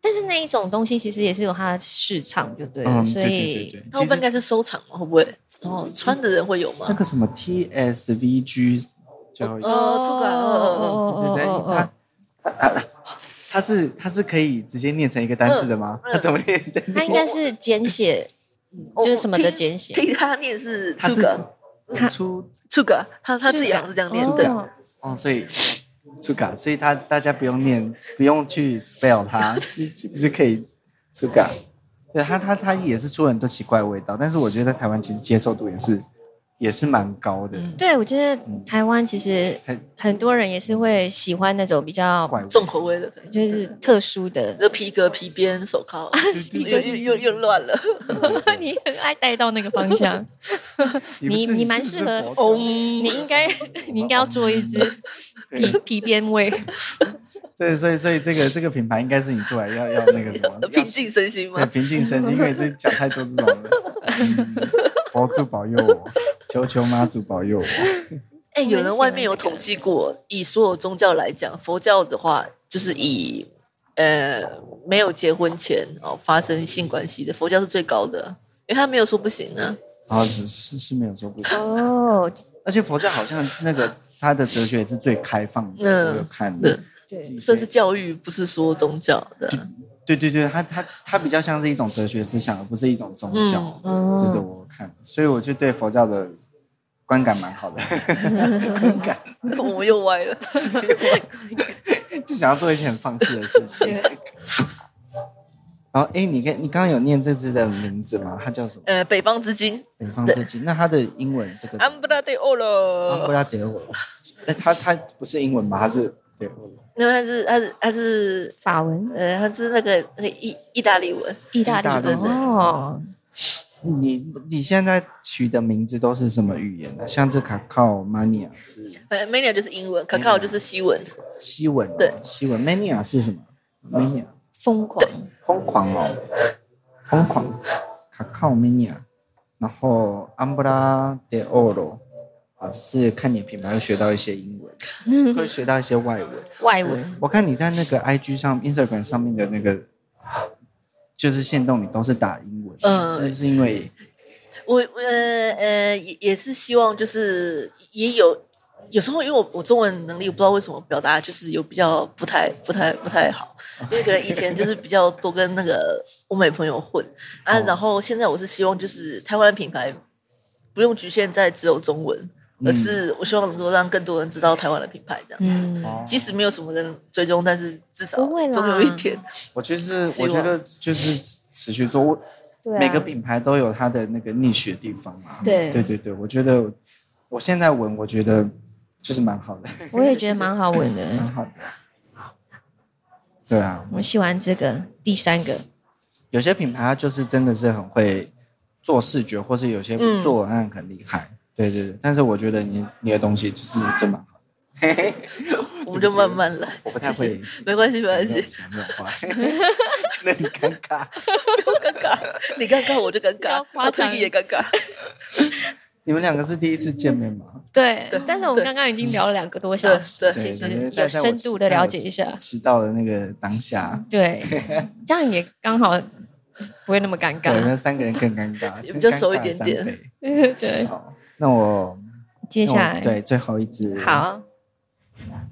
Speaker 4: 但是那一种东西其实也是有它的市场，就对了，
Speaker 3: 嗯，
Speaker 4: 所
Speaker 3: 对对
Speaker 4: 以
Speaker 3: 对对，
Speaker 1: 它会不会应
Speaker 3: 其
Speaker 1: 该
Speaker 3: 实
Speaker 1: 是收藏嘛？会不会？哦，穿的人会有吗
Speaker 3: 那？个什么 TSVG 最后一个，
Speaker 1: 哦这个哦
Speaker 3: 对对对，它它它它是它是可以直接念成一个单字的吗？
Speaker 1: 嗯嗯
Speaker 3: 它怎么念的？
Speaker 4: 它应该是简写，就是什么的简写
Speaker 1: 哦听听他念是
Speaker 3: 它
Speaker 1: t
Speaker 3: 自
Speaker 1: g a
Speaker 3: 己出
Speaker 1: t g a 他他自己好像是这样念的。
Speaker 4: 哦
Speaker 3: 哦，所以。出嘎，所以它大家不用念，不用去 spell 它，就就就可以出嘎。对它，它它也是出很多奇怪的味道，但是我觉得在台湾其实接受度也是也是蛮高的。
Speaker 1: 嗯
Speaker 4: 对，我觉得
Speaker 3: 嗯
Speaker 4: 台湾其实
Speaker 3: 很
Speaker 4: 很多人也是会喜欢那种比较
Speaker 3: 嗯怪味
Speaker 1: 重口味的，可能
Speaker 4: 就是特殊的。
Speaker 1: 这皮革、皮鞭、手铐，
Speaker 4: 啊
Speaker 3: 皮
Speaker 1: 又又又又乱了。
Speaker 4: 你很爱带到那个方向，你你蛮适合
Speaker 1: 哦，
Speaker 4: 你应该你应该要做一只皮
Speaker 3: 对
Speaker 4: 皮鞭味，
Speaker 3: 对，所以所以这个这个品牌应该是你出来要要那个什么
Speaker 1: 平静身心
Speaker 3: 对
Speaker 1: 吗？
Speaker 3: 平静身心，因为这讲太多这种了。嗯佛祖保佑我，求求妈祖保佑我。
Speaker 1: 哎，有
Speaker 4: 我很
Speaker 1: 人
Speaker 4: 喜
Speaker 1: 外
Speaker 4: 欢
Speaker 1: 面
Speaker 4: 这
Speaker 1: 有
Speaker 4: 个
Speaker 1: 统计过，以所有宗教来讲，佛教的话就是以呃没有结婚前哦发生性关系的，佛教是最高的，因为他没有说不行啊呢、
Speaker 3: 然后是是没有说不行，
Speaker 4: 哦，
Speaker 3: 而且佛教好像是那个他的哲学也是最开放的，
Speaker 1: 嗯
Speaker 3: 我有看的。
Speaker 4: 对，
Speaker 1: 这是教育，不是说宗教的。
Speaker 3: 对对对，他他他比较像是一种哲学思想，而不是一种宗教。
Speaker 1: 嗯
Speaker 3: 对的，
Speaker 4: 哦，
Speaker 3: 我有看，所以我就对佛教的观感蛮好的。
Speaker 1: 我们又歪了。
Speaker 3: 就想要做一些很放肆的事情。 然后，哎，你跟你刚刚有念这只的名字吗？它叫什么？
Speaker 1: 呃，啊北方之金
Speaker 3: 北方这只。那它的英文这个啊
Speaker 1: a m b r a de Oro，
Speaker 3: 拉德我，哎，它它不是英文吧？它是德我。
Speaker 1: 那么它是它是它是
Speaker 4: 法文、
Speaker 1: 呃它是那个那个意意大利文，
Speaker 4: 意大
Speaker 3: 意大
Speaker 4: 利
Speaker 3: 利
Speaker 4: 的
Speaker 3: 的
Speaker 4: 哦，
Speaker 3: 你你现在取的名字都是什么语言呢、啊像这卡靠 mania 是
Speaker 1: 呃 mania 就是英文，cacao 就是西文，
Speaker 3: 西文、哦，
Speaker 1: 对，
Speaker 3: 西文 mania 是什么？mania
Speaker 4: 疯狂，
Speaker 3: 疯狂哦，疯狂，卡靠 mania，然后 ambra de oro 啊，是看你品牌会学到一些英文，会学到一些外文。
Speaker 4: 外文，
Speaker 3: 我看你在那个 IG 上、Instagram 上面的那个，就是限动，你都是打英文，
Speaker 1: 嗯
Speaker 3: 是是因为
Speaker 1: 我我呃呃也也是希望就是也有有时候因为我我中文能力我不知道为什么表达就是有比较不太不太不太好，因为可能以前就是比较多跟那个欧美朋友混啊，
Speaker 3: 哦
Speaker 1: 然后现在我是希望就是台湾的品牌不用局限在只有中文，
Speaker 3: 嗯
Speaker 1: 而是我希望能够让更多人知道台湾的品牌这样子。
Speaker 4: 嗯，
Speaker 3: 哦
Speaker 1: 即使没有什么人追踪，但是至少
Speaker 4: 不会啦
Speaker 1: 总有一天。
Speaker 3: 哦我就是
Speaker 1: 希
Speaker 3: 我
Speaker 1: 望
Speaker 3: 觉得就是持续做，我
Speaker 4: 对啊
Speaker 3: 每个品牌都有它的那个 niche 的地方嘛。
Speaker 4: 对
Speaker 3: 对对对，我觉得我现在闻，我觉得就是蛮好的，
Speaker 4: 我也觉得蛮好闻
Speaker 3: 蛮
Speaker 4: 的，
Speaker 3: 好的。对啊，
Speaker 4: 我喜欢这个第三个，
Speaker 3: 有些品牌它就是真的是很会做视觉，或是有些
Speaker 1: 嗯
Speaker 3: 做文案很厉害。对对对，但是我觉得你你的东西就是真蛮好的。嘿嘿，
Speaker 1: 我们就慢慢来。
Speaker 3: 我不太会
Speaker 1: 没关系，没
Speaker 3: 讲
Speaker 1: 关
Speaker 3: 这种
Speaker 1: 系，
Speaker 3: 讲这种话，觉得很尴尬。
Speaker 1: 不用尴尬， 你尴尬我就尴尬
Speaker 4: 要，夸
Speaker 1: 他推
Speaker 4: 张
Speaker 1: 你也尴尬。
Speaker 3: 你们两个是第一次见面吗？
Speaker 4: 对
Speaker 1: 对，
Speaker 4: 但是我们
Speaker 1: 对
Speaker 4: 刚刚已经聊了两个多小
Speaker 1: 对
Speaker 4: 时，
Speaker 1: 对，
Speaker 4: 呃
Speaker 1: 其
Speaker 4: 其实
Speaker 3: 对
Speaker 1: 实
Speaker 3: 对在
Speaker 4: 有深度地了解一下
Speaker 3: 在我迟到的那个当下，
Speaker 4: 对，这样也刚好不会那么尴
Speaker 3: 对，
Speaker 4: 尬。
Speaker 3: 那三个人更尴 尬，
Speaker 1: 比较熟一点点
Speaker 3: 更尴尬三倍。
Speaker 4: 对，
Speaker 3: 好，那我
Speaker 4: 接下
Speaker 3: 那
Speaker 4: 来
Speaker 3: 我哦对最后一支，，
Speaker 4: 好，
Speaker 1: 因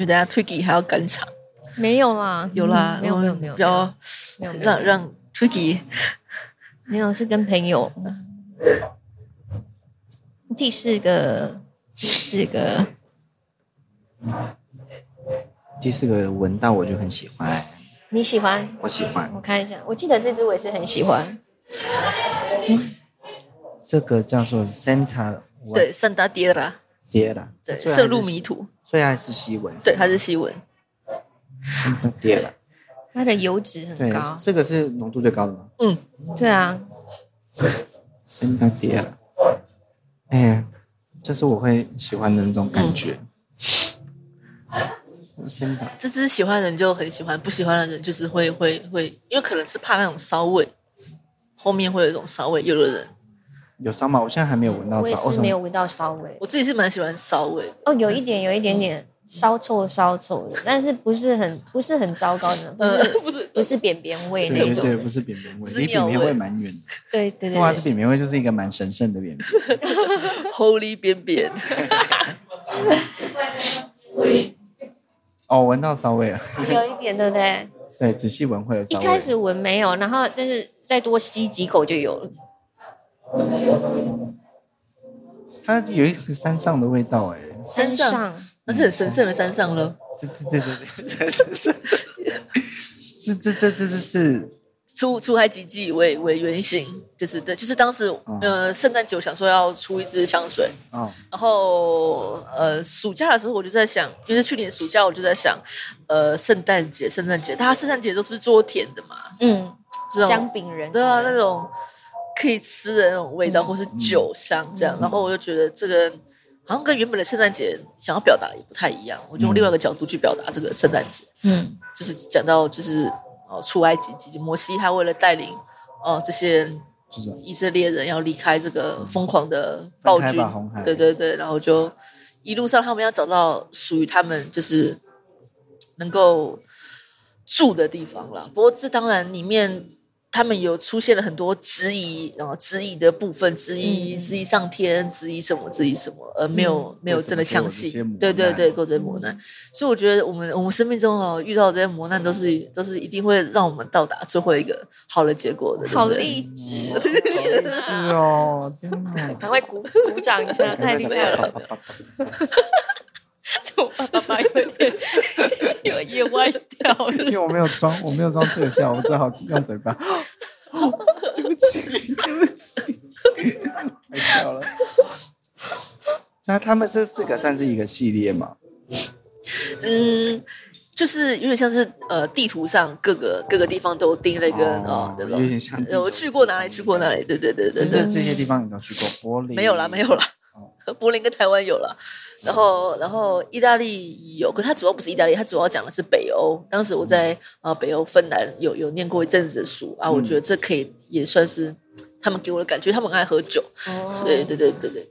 Speaker 1: 为等下推给还要赶场，
Speaker 4: 没有啦，
Speaker 1: 有啦
Speaker 4: 嗯，没有
Speaker 1: 我
Speaker 4: 没
Speaker 1: 们
Speaker 4: 有没有，
Speaker 1: 不要
Speaker 4: 没有没有
Speaker 1: 让让推给
Speaker 4: 没有，是跟朋友。第四个，第四个，
Speaker 3: 第四个闻到我就很喜欢，
Speaker 4: 你喜欢？
Speaker 3: 我喜欢
Speaker 4: 我看一下，我记得这支我也是很喜欢。
Speaker 3: 这个叫做 Santa
Speaker 1: 对圣达迪拉，
Speaker 3: 跌了，
Speaker 1: 对
Speaker 3: 所以
Speaker 1: 圣路
Speaker 3: 还是
Speaker 1: 迷，途，
Speaker 3: 最爱是西文，
Speaker 1: 对，它是西文，
Speaker 3: Santa 跌了，
Speaker 4: 它的油脂很
Speaker 3: 对
Speaker 4: 高，，
Speaker 3: 这个是浓度最高的吗
Speaker 1: 嗯，
Speaker 4: 对啊，
Speaker 3: ？Santa 跌了，哎呀，这是我会喜欢的那种
Speaker 4: 嗯
Speaker 3: 感觉。Santa
Speaker 1: 这只喜欢的人就很喜欢，不喜欢的人就是会会会，因为可能是怕那种骚味，后面会有一种骚味。有的人
Speaker 3: 有烧吗？我现在还没有闻到
Speaker 4: 我也
Speaker 3: 烧，为
Speaker 4: 是
Speaker 3: 什
Speaker 4: 没有
Speaker 3: 么？
Speaker 4: 闻到骚味。
Speaker 1: 我自己是蛮喜欢骚味的，
Speaker 4: 哦，有一点，有一点点骚臭骚臭的，但是不是很不是很糟糕的，不
Speaker 1: 呃
Speaker 4: 是，
Speaker 1: 不是，
Speaker 4: 不是便便味
Speaker 3: 对
Speaker 4: 那
Speaker 3: 对
Speaker 4: 种。
Speaker 3: 对，不是扁扁味，
Speaker 1: 是
Speaker 3: 离扁
Speaker 1: 尿
Speaker 3: 扁味
Speaker 1: 味
Speaker 3: 蛮远的。
Speaker 4: 对对
Speaker 3: 哇，这
Speaker 4: 对，
Speaker 3: 扁扁味就是一个蛮神圣的扁扁。
Speaker 1: Holy 边边，
Speaker 3: 哦，闻到骚味了。
Speaker 4: 对有一点对不对？
Speaker 3: 对，仔细闻会有
Speaker 4: 一
Speaker 3: 骚味。
Speaker 4: 开始闻没有，然后但是再多吸几口就有了。
Speaker 3: 它有一个山上的味道，哎，
Speaker 1: 身上那是很神圣的山上了，
Speaker 3: 这这这这这这这这这这这这是
Speaker 1: 出出埃及记为为原型，就是对，就是当时
Speaker 3: 嗯
Speaker 1: 呃圣诞酒想说要出一支香水，
Speaker 3: 哦，
Speaker 1: 然后呃，暑假的时候我就在想，就是去年暑假我就在想，呃，圣诞节，圣诞节，大家圣诞节都是做甜的嘛，
Speaker 4: 嗯，
Speaker 1: 这种
Speaker 4: 姜饼人
Speaker 1: 对啊，
Speaker 4: 什么
Speaker 1: 那
Speaker 4: 的
Speaker 1: 种可以吃的那种味道，或是酒香这样。然后我就觉得这个好像跟原本的圣诞节想要表达也不太一样，我就用另外一个角度去表达这个圣诞节，
Speaker 4: 嗯
Speaker 1: 就是讲到就是呃出埃及记，摩西他为了带领呃这些
Speaker 3: 就是嗯
Speaker 1: 以色列人要离开这个疯狂的暴
Speaker 3: 分
Speaker 1: 君
Speaker 3: 开吧红海，
Speaker 1: 对对对，然后就一路上他们要找到属于他们就是能够住的地方啦。不过这当然里面他们有出现了很多质疑，然后质疑的部分，质疑、
Speaker 4: 嗯
Speaker 1: 质疑上天，质疑什么质疑什么，而没有、没有真的相
Speaker 3: 为嗯什么给我
Speaker 1: 信对
Speaker 3: 这些磨难，嗯
Speaker 1: 对对，过这些磨难。所以我觉得我们我们生命中哦遇到这些磨难，都是都是一定会让我们到达最后一个好的结果的，
Speaker 4: 好
Speaker 1: 厉
Speaker 4: 励志哦，
Speaker 3: 是哦，天哪！
Speaker 4: 赶快鼓鼓掌一 下，太厉害了！这我爸爸有点有也歪掉
Speaker 3: 因
Speaker 4: 了，
Speaker 3: 为我没有装，我没有装特效，我只好用嘴巴。对不起，对不起，太掉了。那他们这四个算是一个系列嘛？
Speaker 1: 嗯，就是有点像是呃地图上各个各个地方都钉了一个
Speaker 3: 哦
Speaker 1: 哦，对吧
Speaker 3: 有？点像地
Speaker 1: 呃我去过哪里，去过哪里，对对对
Speaker 3: 其
Speaker 1: 对
Speaker 3: 实
Speaker 1: 对，
Speaker 3: 这些地方你都去过，柏林
Speaker 1: 没有啦，没有啦
Speaker 3: 哦。
Speaker 1: 柏林跟台湾有了，然后然后意大利有，可它主要不是意大利，它主要讲的是北欧。当时我在呃北欧芬兰有有念过一阵子的书啊，我
Speaker 3: 嗯
Speaker 1: 觉得这可以也算是他们给我的感觉，他们很爱喝酒，所
Speaker 3: 哦
Speaker 1: 以对对对对对。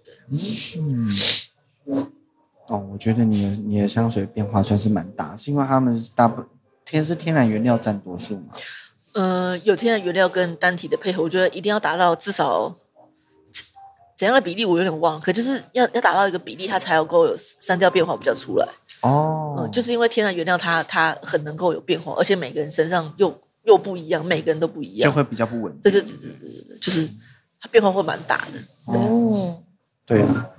Speaker 3: 嗯，哦，我觉得你的你的香水变化算是蛮大，是因为他们是大部天是天然原料占多数嘛？
Speaker 1: 呃，有天然原料跟单体的配合，我觉得一定要达到至少怎怎样的比例，我有点忘了，可就是要要达到一个比例，它才能够有三调变化比较出来。
Speaker 3: 哦，
Speaker 1: 嗯，就是因为天然原料它它很能够有变化，而且每个人身上又又不一样，每个人都不一
Speaker 3: 就
Speaker 1: 样。
Speaker 3: 会比较不稳定。
Speaker 1: 对对对对对对，就是它变化会蛮大的。
Speaker 4: 哦。
Speaker 3: 对啊，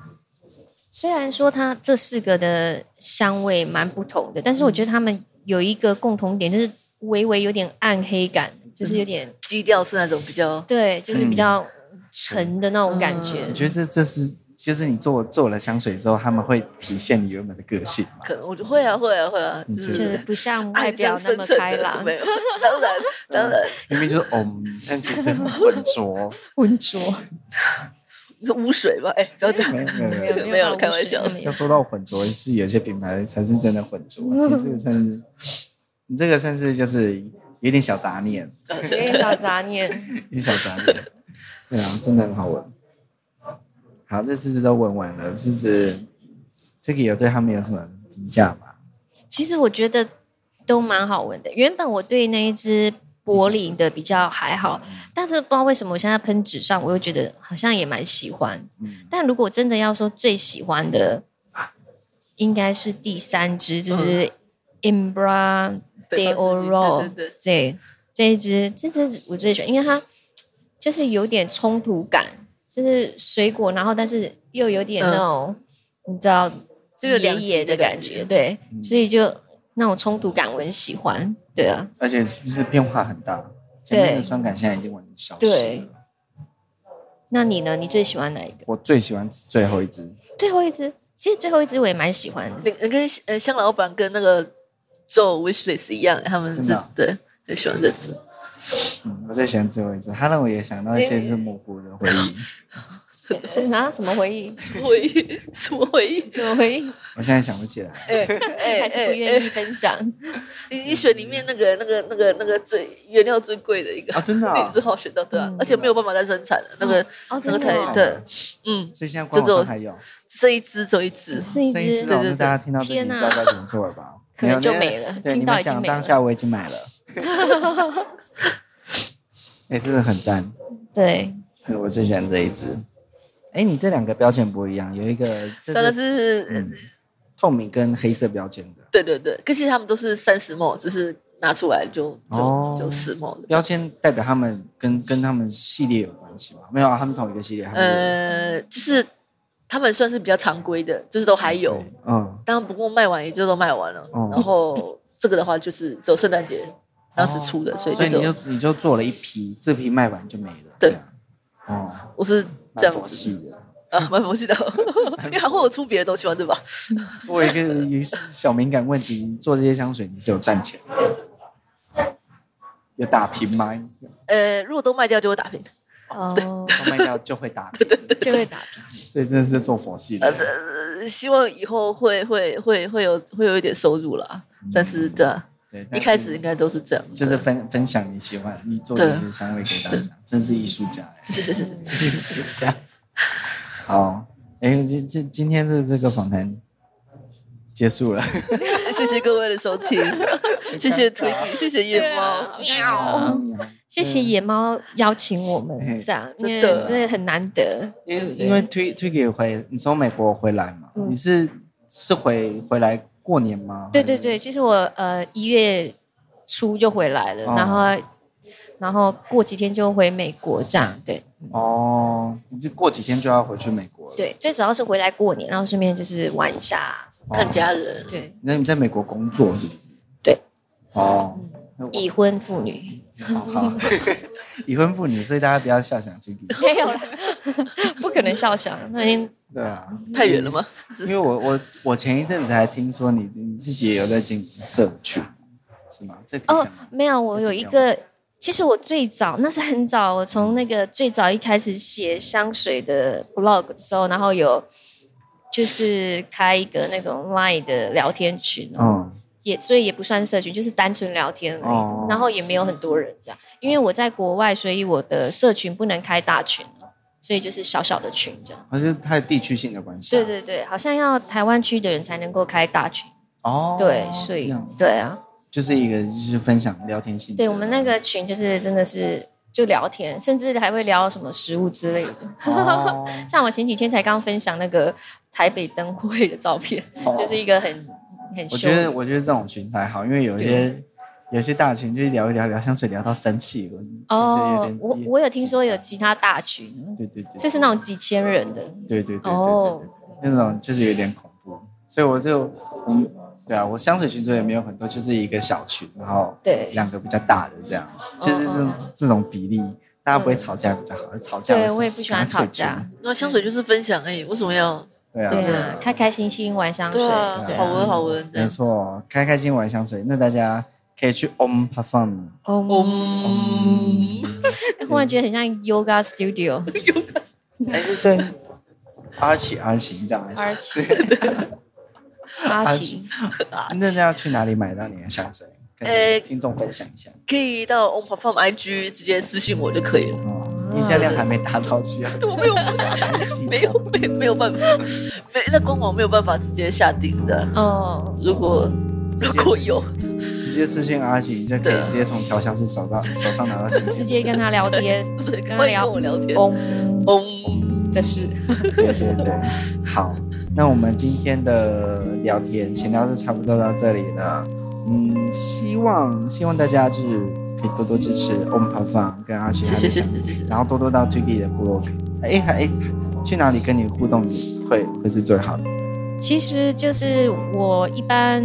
Speaker 4: 虽然说它这四个的香味蛮不同的，但是我觉得它们有一个共同点，就是微微有点暗黑感，就是有点、
Speaker 1: 基调是那种比较
Speaker 4: 对，就是比
Speaker 3: 嗯
Speaker 4: 较沉的那种感觉。
Speaker 1: 嗯
Speaker 3: 你觉得这这是就是你做做了香水之后，他们会体现你原本的个性吗？
Speaker 1: 可能，我就会啊会啊会啊，就
Speaker 3: 嗯
Speaker 4: 就是
Speaker 1: 是
Speaker 4: 不像外
Speaker 1: 爱将
Speaker 4: 表那
Speaker 1: 深
Speaker 4: 么
Speaker 1: 沉
Speaker 4: 开
Speaker 1: 的，
Speaker 4: 朗，
Speaker 1: 没有，当然当然，
Speaker 3: 明明就是嗯，但其 实很浑浊。
Speaker 4: 浑浊，
Speaker 1: 你是污水吧？哎，不要这样
Speaker 3: 没，有没有没有，
Speaker 1: 没有开玩笑
Speaker 4: 没有
Speaker 3: 要说到浑浊，是有些品牌才是真的浑浊。啊你这个算是，你这个算是就是有点小杂念，
Speaker 1: 啊
Speaker 4: 有点小杂念。
Speaker 3: 有点小杂念。 对啊，真的很好闻。好，这四支都闻完了，这支 Tuki 有对他们有什么评价吗？
Speaker 4: 其实我觉得都蛮好闻的。原本我对那一只柏林的比较还好，但是不知道为什么我现在喷纸上，我又觉得好像也蛮喜欢。
Speaker 3: 嗯，
Speaker 4: 但如果真的要说最喜欢的，应该是第三只，就是
Speaker 1: 嗯
Speaker 4: Imbra
Speaker 1: 北方自己
Speaker 4: de
Speaker 1: 对对
Speaker 4: Oro
Speaker 1: 对，
Speaker 4: 这这一只，这只我最喜欢，因为它就是有点冲突感，就是水果，然后但是又有点
Speaker 1: 嗯
Speaker 4: 那种、你知道
Speaker 1: 这个
Speaker 4: 野
Speaker 1: 两极
Speaker 4: 野的
Speaker 1: 的感
Speaker 4: 感
Speaker 1: 觉
Speaker 4: 觉，对，
Speaker 3: 嗯
Speaker 4: 所以就那种冲突感我很喜欢，对啊，
Speaker 3: 而且就是变化很大，前面的酸感现在已经完全消失
Speaker 4: 对
Speaker 3: 了。
Speaker 4: 那你呢？你最喜欢哪一个？
Speaker 3: 我最喜欢最后一支，
Speaker 4: 最后一只，其实最后一只我也蛮喜欢的，
Speaker 1: 那那跟呃香老板跟那个 Joe Wishlist 一样，他们
Speaker 3: 真
Speaker 1: 是
Speaker 3: 的啊
Speaker 1: 对很喜欢这支。
Speaker 3: 嗯，我最喜欢最后一支，它让我也想到一些是模糊的回忆。
Speaker 4: 然后什么回忆？
Speaker 1: 什么回忆？ 什么回忆？
Speaker 4: 什么回忆？
Speaker 3: 我现在想不起来，
Speaker 1: 哎哎
Speaker 4: 还是不愿意分享？
Speaker 1: 你你选里面那个那个那个那个最原料最贵的一个
Speaker 3: 啊真的 啊嗯
Speaker 1: 你只好选到对啊
Speaker 4: 嗯，
Speaker 1: 而且没有办法再生产了，那个
Speaker 4: 哦，
Speaker 1: 那
Speaker 4: 真
Speaker 1: 个
Speaker 4: 的
Speaker 1: 太
Speaker 4: 哦，
Speaker 1: 对，嗯，
Speaker 3: 所以现在官网上还有。
Speaker 1: 这一支走一支，
Speaker 4: 是一
Speaker 3: 生意之
Speaker 4: 只
Speaker 1: 对
Speaker 3: 后，
Speaker 1: 对
Speaker 3: 那
Speaker 1: 对
Speaker 3: 大家听到这里
Speaker 4: 天
Speaker 3: 知
Speaker 4: 哪
Speaker 3: 道该怎么做了 吧？
Speaker 4: 可能就
Speaker 3: 有
Speaker 4: 没了
Speaker 3: 对，
Speaker 4: 听
Speaker 3: 你
Speaker 4: 到
Speaker 3: 们
Speaker 4: 已经
Speaker 3: 讲
Speaker 4: 没了
Speaker 3: 当下我已经买 了。哎，真的很赞，
Speaker 4: 对，
Speaker 3: 对我最喜欢这一支。哎，你这两个标签不一样，有一个这
Speaker 1: 当然
Speaker 3: 是
Speaker 1: 是
Speaker 3: 嗯透明跟黑色标签的
Speaker 1: 对对对，可其实他们都是三十 m 只是拿出来就
Speaker 3: 哦
Speaker 1: 就就十 m
Speaker 3: 标签，代表他们跟跟他们系列有关系吗？没有啊，他们同一个系列，他们
Speaker 1: 呃，就是他们算是比较常规的，就是都还
Speaker 3: 是
Speaker 4: 呃
Speaker 1: 有，
Speaker 3: 对嗯，
Speaker 1: 当然不过卖完也就都卖完了
Speaker 3: 嗯，
Speaker 1: 然后这个的话就是只有圣诞节当时出的，所
Speaker 3: 哦所
Speaker 1: 以
Speaker 3: 以你
Speaker 1: 就
Speaker 3: 就你就做了一批，这批卖完就没了，
Speaker 1: 对
Speaker 3: 这样，哦，
Speaker 1: 我是这样
Speaker 3: 蛮佛
Speaker 1: 子
Speaker 3: 系的。
Speaker 1: 啊，蛮佛 系的，因为还会有出别的东西嘛，对吧？
Speaker 3: 我有一个有一些小敏感问题，你做这些香水你是有赚钱的，有打平吗？
Speaker 1: 呃，如果都卖掉就会打平。
Speaker 4: 哦，
Speaker 3: 都卖掉就会打平，
Speaker 4: 就会 打平，
Speaker 3: 所以真的是做佛系
Speaker 1: 呃
Speaker 3: 的。
Speaker 1: 呃，希望以后会会会会有会有一点收入啦，但是对啊，
Speaker 3: 对，嗯但
Speaker 1: 一
Speaker 3: 是
Speaker 1: 开始应该都是这样，
Speaker 3: 就是分分享你喜欢你做的一些香味给大家，真是艺术家欸，
Speaker 1: 是是是，
Speaker 3: 艺术家。好，哎，这这今天的这个访谈结束了，
Speaker 1: 谢谢各位的收 听，谢谢推你，谢谢夜猫，
Speaker 4: 对啊谢谢野猫邀请我们，
Speaker 3: 嘿
Speaker 4: 这样，因
Speaker 1: 真
Speaker 4: 为
Speaker 1: 的
Speaker 4: 真的很难得。
Speaker 3: 因为因为推推给回你从美国回来嘛，
Speaker 4: 嗯
Speaker 3: 你是是回回来过年吗？
Speaker 4: 对对
Speaker 3: 还是
Speaker 4: 对，其实我呃一月初就回来了，
Speaker 3: 哦
Speaker 4: 然后然后过几天就回美国，这样对
Speaker 3: 哦，你这过几天就要回去美国了。，
Speaker 4: 对，最主要是回来过年，然后顺便就是玩一下，
Speaker 1: 看家人，
Speaker 4: 对，
Speaker 3: 哦那你在美国工作是不是？
Speaker 4: 对。
Speaker 3: 哦，那我
Speaker 4: 已婚妇女
Speaker 3: 好好， 已婚妇女，所以大家不要笑想这个。
Speaker 4: 没有了， 不可能笑想，那已经
Speaker 3: 对啊，
Speaker 1: 太远了吗？
Speaker 3: 因为我我我前一阵子还听说你你自己也有在经营社区，是吗？这可以
Speaker 4: 哦
Speaker 3: 讲吗？，嗯
Speaker 4: 没有，我
Speaker 3: 那
Speaker 4: 有
Speaker 3: 怎
Speaker 4: 一
Speaker 3: 么
Speaker 4: 个，其实我最早那是很早，我从那个最早一开始写香水的 blog 的时候，然后有就是开一个那种 line 的聊天群，哦、
Speaker 3: 嗯，
Speaker 4: 也所以也不算社群，就是单纯聊天而已，
Speaker 3: 哦
Speaker 4: 然后也没有很多人这样，因为我在国外，所以我的社群不能开大群，哦所以就是小小的群这样。
Speaker 3: 而且它有地区性的关系啊。
Speaker 4: 对对对，好像要台湾区的人才能够开大群，
Speaker 3: 哦，
Speaker 4: 对，所
Speaker 3: 这
Speaker 4: 以
Speaker 3: 样
Speaker 4: 对啊。
Speaker 3: 就是一个就是分享聊天性质
Speaker 4: 对
Speaker 3: 的。
Speaker 4: 我们那个群就是真的是就聊天，甚至还会聊什么食物之类的。
Speaker 3: 哦
Speaker 4: 像我前几天才刚分享那个台北灯会的照片，
Speaker 3: 哦
Speaker 4: 就是一个很很哦羞
Speaker 3: 我觉得我觉得这种群才好，因为有一些有一些大群就是聊一聊聊香水聊到生气，我就是
Speaker 4: 哦
Speaker 3: 有点。
Speaker 4: 我我有听说有
Speaker 3: 紧
Speaker 4: 其他大群
Speaker 3: 张，，对对对，
Speaker 4: 就是那种几千人的，
Speaker 3: 对对对对对对
Speaker 4: 哦
Speaker 3: 对，那种就是有点恐怖，所以我就我对啊，我香水群组也没有很多，就是一个小群，然后
Speaker 4: 对
Speaker 3: 两个比较大的这样，就是这种
Speaker 4: 哦嗯
Speaker 3: 这种比例，大家不会吵架比较好。吵架的
Speaker 4: 对
Speaker 3: 时候
Speaker 4: 我也不喜
Speaker 3: 赶
Speaker 4: 欢
Speaker 3: 快
Speaker 4: 吵
Speaker 3: 退群
Speaker 4: 架，，
Speaker 1: 那香水就是分享而已，为什么要？
Speaker 3: 对啊，
Speaker 4: 对
Speaker 1: 对
Speaker 4: 啊
Speaker 1: 啊，
Speaker 4: 开开心心玩香水，
Speaker 1: 对啊，
Speaker 3: 对啊
Speaker 1: 好闻好闻
Speaker 3: 没
Speaker 1: 的。
Speaker 3: 错，开开心玩香水，那大家可以去 Om Parfum。
Speaker 4: 哦，
Speaker 1: 嗯，
Speaker 4: 忽然觉得很像 yoga studio，
Speaker 3: 哎，对，阿奇阿奇，你这样来
Speaker 4: 阿
Speaker 3: 说，
Speaker 4: 奇，阿奇，
Speaker 1: 啊
Speaker 3: 那要去哪里买到你的香水？跟
Speaker 1: 呃
Speaker 3: 听众分享一下。
Speaker 1: 可以到 On Perform IG 直接私信我就可以了。
Speaker 3: 哦，因为现在量还没达到，需要
Speaker 1: 我没有
Speaker 3: 下载系统
Speaker 1: 没有没没有办法，没那官网没有办法直接下订的。
Speaker 4: 哦，
Speaker 1: 如果
Speaker 3: 直
Speaker 1: 如
Speaker 3: 接
Speaker 1: 果有，
Speaker 3: 直接私信阿奇，就可以
Speaker 1: 对
Speaker 3: 直接从调香师手到手上拿到信息。
Speaker 4: 直接跟他聊天，
Speaker 1: 对
Speaker 4: 跟他
Speaker 1: 欢迎
Speaker 4: 聊
Speaker 1: 跟我聊天。
Speaker 4: 哦
Speaker 1: 嗡
Speaker 4: 的事，
Speaker 3: 对对对，好，那我们今天的聊天闲聊就差不多到这里了。嗯，希望希望大家就是可以多多支持 Om p a f a n 跟阿奇他
Speaker 1: 谢谢
Speaker 3: 的
Speaker 1: 谢
Speaker 3: 想法，
Speaker 1: 谢谢谢。
Speaker 3: 然后多多到 j u g i 的部落格。哎还哎，去哪里跟你互动会会是最好的？
Speaker 4: 哦其实就是我一般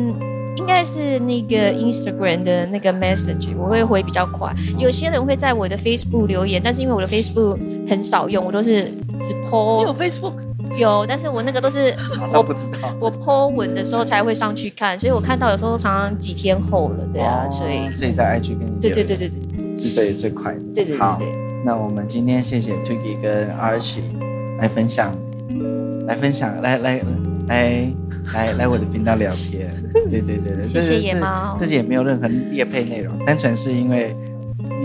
Speaker 4: 应该是那个 Instagram 的那个 message，我会回比较快。有些人会在我的 Facebook 留言，但是因为我的 Facebook 很少用，我都是只
Speaker 1: 你有
Speaker 4: po
Speaker 1: Facebook？
Speaker 4: 有，但是我那个都是
Speaker 3: 马上
Speaker 4: 我
Speaker 3: 不知道。
Speaker 4: 我 po 文的时候才会上去看，所以我看到有时候常常几天后了，对啊，
Speaker 3: 哦
Speaker 4: 所以
Speaker 3: 所以在 IG 跟你
Speaker 4: 对对对
Speaker 3: 留
Speaker 4: 对对对
Speaker 3: 言是最最快的。
Speaker 4: 对对
Speaker 3: 好
Speaker 4: 对。
Speaker 3: 那我们今天谢谢 t u g i 跟 Archie 来分享，来分享，来来来来来我的频道聊 天。对对对对，
Speaker 4: 谢
Speaker 3: 这
Speaker 4: 谢野猫
Speaker 3: 这这也没有任何业配内容，单纯是因为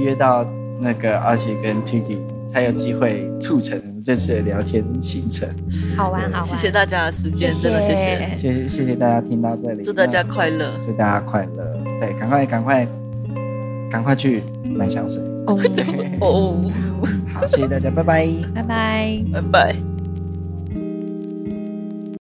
Speaker 3: 约到那个 Archie 跟 t u g i 才有机会促成我们这次的聊天行程。
Speaker 4: 好玩好玩，
Speaker 1: 谢谢大家的时间，真的谢谢，
Speaker 3: 谢谢谢谢大家听到这里，
Speaker 1: 祝大家
Speaker 3: 那
Speaker 1: 快乐。
Speaker 3: 祝大家快乐。对，赶快赶快赶快去买香水。
Speaker 4: 哦，
Speaker 1: 哦，
Speaker 3: 好，谢谢大家，拜拜。
Speaker 4: 拜拜。
Speaker 1: 拜拜。